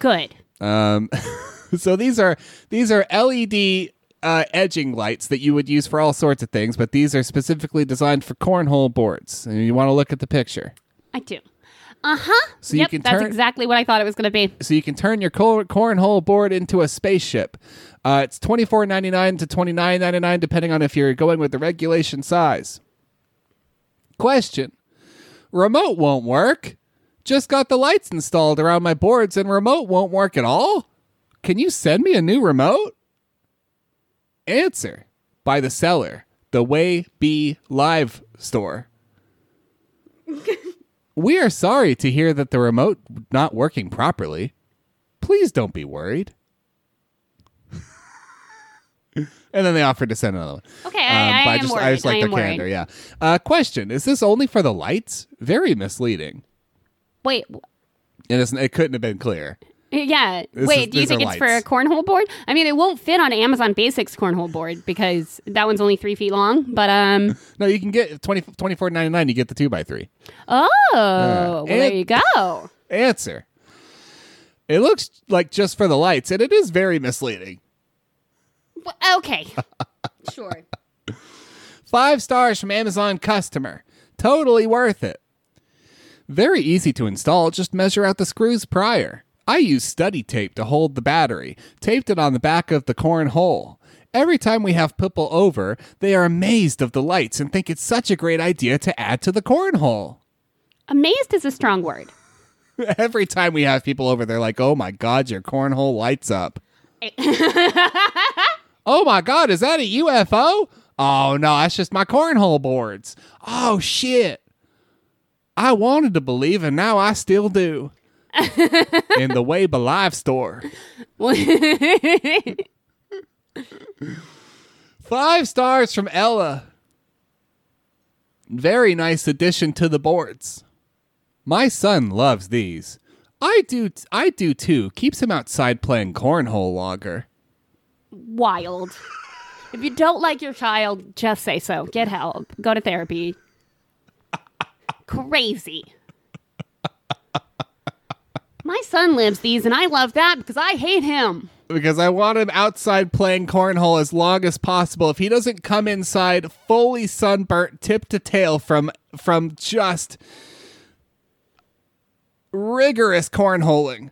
[SPEAKER 2] Good.
[SPEAKER 1] Um, <laughs> so these are these are LED uh, edging lights that you would use for all sorts of things, but these are specifically designed for cornhole boards. And you want to look at the picture,
[SPEAKER 2] I do. Uh huh.
[SPEAKER 1] So you
[SPEAKER 2] yep,
[SPEAKER 1] can
[SPEAKER 2] that's
[SPEAKER 1] turn-
[SPEAKER 2] exactly what I thought it was going to be.
[SPEAKER 1] so you can turn your cor- cornhole board into a spaceship. Uh, it's twenty four ninety nine to twenty nine ninety nine, depending on if you're going with the regulation size. Question: Remote won't work. Just got the lights installed around my boards, and remote won't work at all. Can you send me a new remote? Answer by the seller, the Way Be Live store. we are sorry to hear that the remote not working properly. Please don't be worried. <laughs> and then they offered to send another one.
[SPEAKER 2] Okay, I,
[SPEAKER 1] Um, but
[SPEAKER 2] I,
[SPEAKER 1] I
[SPEAKER 2] am
[SPEAKER 1] just
[SPEAKER 2] worried.
[SPEAKER 1] I just like
[SPEAKER 2] I
[SPEAKER 1] their
[SPEAKER 2] am worried.
[SPEAKER 1] calendar. Yeah. Uh, question: Is this only for the lights? Very misleading.
[SPEAKER 2] Wait, w-
[SPEAKER 1] And it's, it couldn't have been clear.
[SPEAKER 2] yeah.
[SPEAKER 1] This
[SPEAKER 2] Wait,
[SPEAKER 1] is-
[SPEAKER 2] do you
[SPEAKER 1] these are
[SPEAKER 2] think it's for a
[SPEAKER 1] lights.
[SPEAKER 2] cornhole board? I mean, it won't fit on Amazon Basics cornhole board because that one's only three feet long.
[SPEAKER 1] <laughs>
[SPEAKER 2] But um,
[SPEAKER 1] No, you can get 20, 24.99 You get the two by three.
[SPEAKER 2] oh, well, there
[SPEAKER 1] and-
[SPEAKER 2] you go.
[SPEAKER 1] Answer. It looks like just for the lights, and it is very misleading. <laughs>
[SPEAKER 2] W- Okay, sure.
[SPEAKER 1] Five stars from Amazon customer. Totally worth it. Very easy to install. Just measure out the screws prior. I used study tape to hold the battery, taped it on the back of the corn hole. Every time we have people over, they are amazed of the lights and think it's such a great idea to add to the cornhole.
[SPEAKER 2] Amazed is a strong
[SPEAKER 1] <laughs>
[SPEAKER 2] word. <laughs>
[SPEAKER 1] Every time we have people over, they're like, oh my God, your cornhole lights up. oh my God, is that a UFO? Oh no, that's just my cornhole boards. Oh shit. I wanted to believe and now I still do. In the Wave Alive store. Five stars from Ella. Very nice addition to the boards. My son loves these. I do I do too. Keeps him outside playing cornhole longer.
[SPEAKER 2] Wild. If you don't like your child, just say so. Get help. Go to therapy. Crazy. My son lives these, and I love that because I hate him.
[SPEAKER 1] Because I want him outside playing cornhole as long as possible. If he doesn't come inside fully sunburnt tip to tail from from just rigorous cornholing,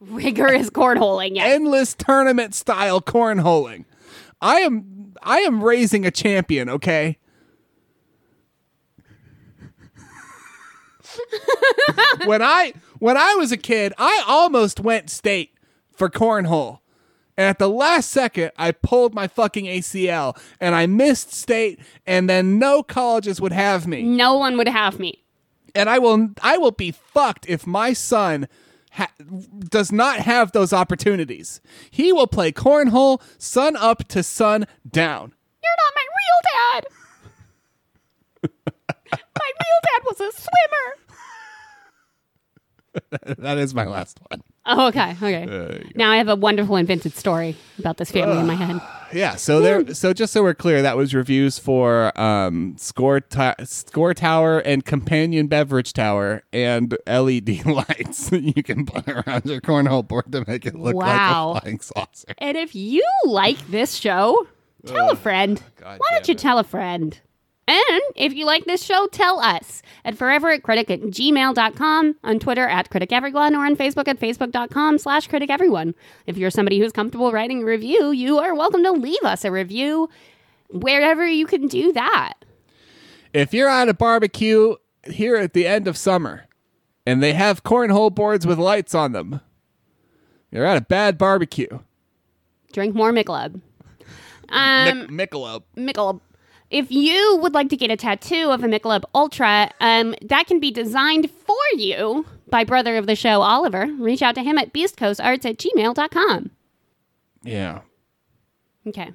[SPEAKER 2] Rigorous cornholing. Yeah.
[SPEAKER 1] endless tournament style cornholing. I am I am raising a champion, okay? <laughs> when I when I was a kid, I almost went state for cornhole. And at the last second, I pulled my fucking ACL and I missed state and then no colleges would have me
[SPEAKER 2] no one would have me.
[SPEAKER 1] and I will I will be fucked if my son ha- does not have those opportunities. He will play cornhole sun up to sun down. <laughs>
[SPEAKER 2] You're not my real dad. my real dad was a swimmer.
[SPEAKER 1] That is my last one.
[SPEAKER 2] Oh, okay. Okay. now I have a wonderful invented story about this family in my head.
[SPEAKER 1] Yeah, so there so just so we're clear that was reviews for um score ti score tower and companion beverage tower and LED <laughs> lights that you can put around your cornhole board to make it look
[SPEAKER 2] Wow.
[SPEAKER 1] like a flying saucer.
[SPEAKER 2] And if you like this show, tell a friend.
[SPEAKER 1] God
[SPEAKER 2] Why don't
[SPEAKER 1] damn
[SPEAKER 2] you
[SPEAKER 1] it.
[SPEAKER 2] tell a friend? And if you like this show, tell us at forever at critic at gmail.com, on Twitter at critic everyone, or on Facebook at facebook.com slash critic everyone. If you're somebody who's comfortable writing a review, you are welcome to leave us a review wherever you can do that.
[SPEAKER 1] if you're at a barbecue here at the end of summer and they have cornhole boards with lights on them, you're at a bad barbecue.
[SPEAKER 2] Drink more Michelob. Um,
[SPEAKER 1] Mic- Michelob.
[SPEAKER 2] Michelob. If you would like to get a tattoo of a Michelob Ultra, um, that can be designed for you by brother of the show, Oliver. Reach out to him at beastcoastarts at gmail.com.
[SPEAKER 1] Yeah.
[SPEAKER 2] Okay.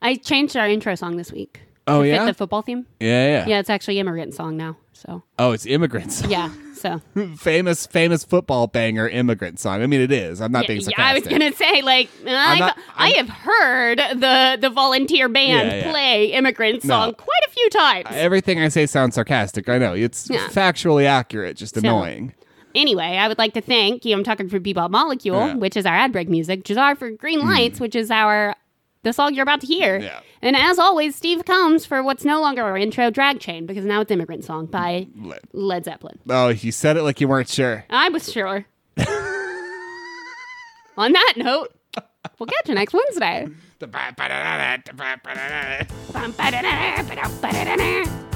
[SPEAKER 2] I changed our intro song this week.
[SPEAKER 1] Oh,
[SPEAKER 2] to fit
[SPEAKER 1] yeah?
[SPEAKER 2] the football theme.
[SPEAKER 1] Yeah, yeah.
[SPEAKER 2] Yeah, it's actually immigrant song now. So,
[SPEAKER 1] Oh, it's immigrants. <laughs>
[SPEAKER 2] yeah. So,
[SPEAKER 1] famous, famous football banger immigrant song. I mean, it is. I'm not being
[SPEAKER 2] yeah, I was
[SPEAKER 1] sarcastic.
[SPEAKER 2] going to say, like, I've,
[SPEAKER 1] not-
[SPEAKER 2] I have heard the, the volunteer band
[SPEAKER 1] Yeah, yeah.
[SPEAKER 2] play immigrant
[SPEAKER 1] No.
[SPEAKER 2] song quite a few times.
[SPEAKER 1] Everything I say sounds sarcastic. I know. It's
[SPEAKER 2] Yeah.
[SPEAKER 1] factually accurate, just annoying.
[SPEAKER 2] Anyway, I would like to thank you. I'm talking for Bebop Molecule,
[SPEAKER 1] Yeah. Mm.
[SPEAKER 2] which is our ad break music. Jazar for Green Lights, which is our the song you're about to hear.
[SPEAKER 1] Yeah.
[SPEAKER 2] And as always, Steve comes for what's no longer our intro, Drag Chain, because now it's Immigrant Song by
[SPEAKER 1] Le-
[SPEAKER 2] Led Zeppelin.
[SPEAKER 1] Oh, you said it like you weren't sure.
[SPEAKER 2] I was sure. <laughs> On that note, we'll catch you next
[SPEAKER 1] <laughs>
[SPEAKER 2] Wednesday.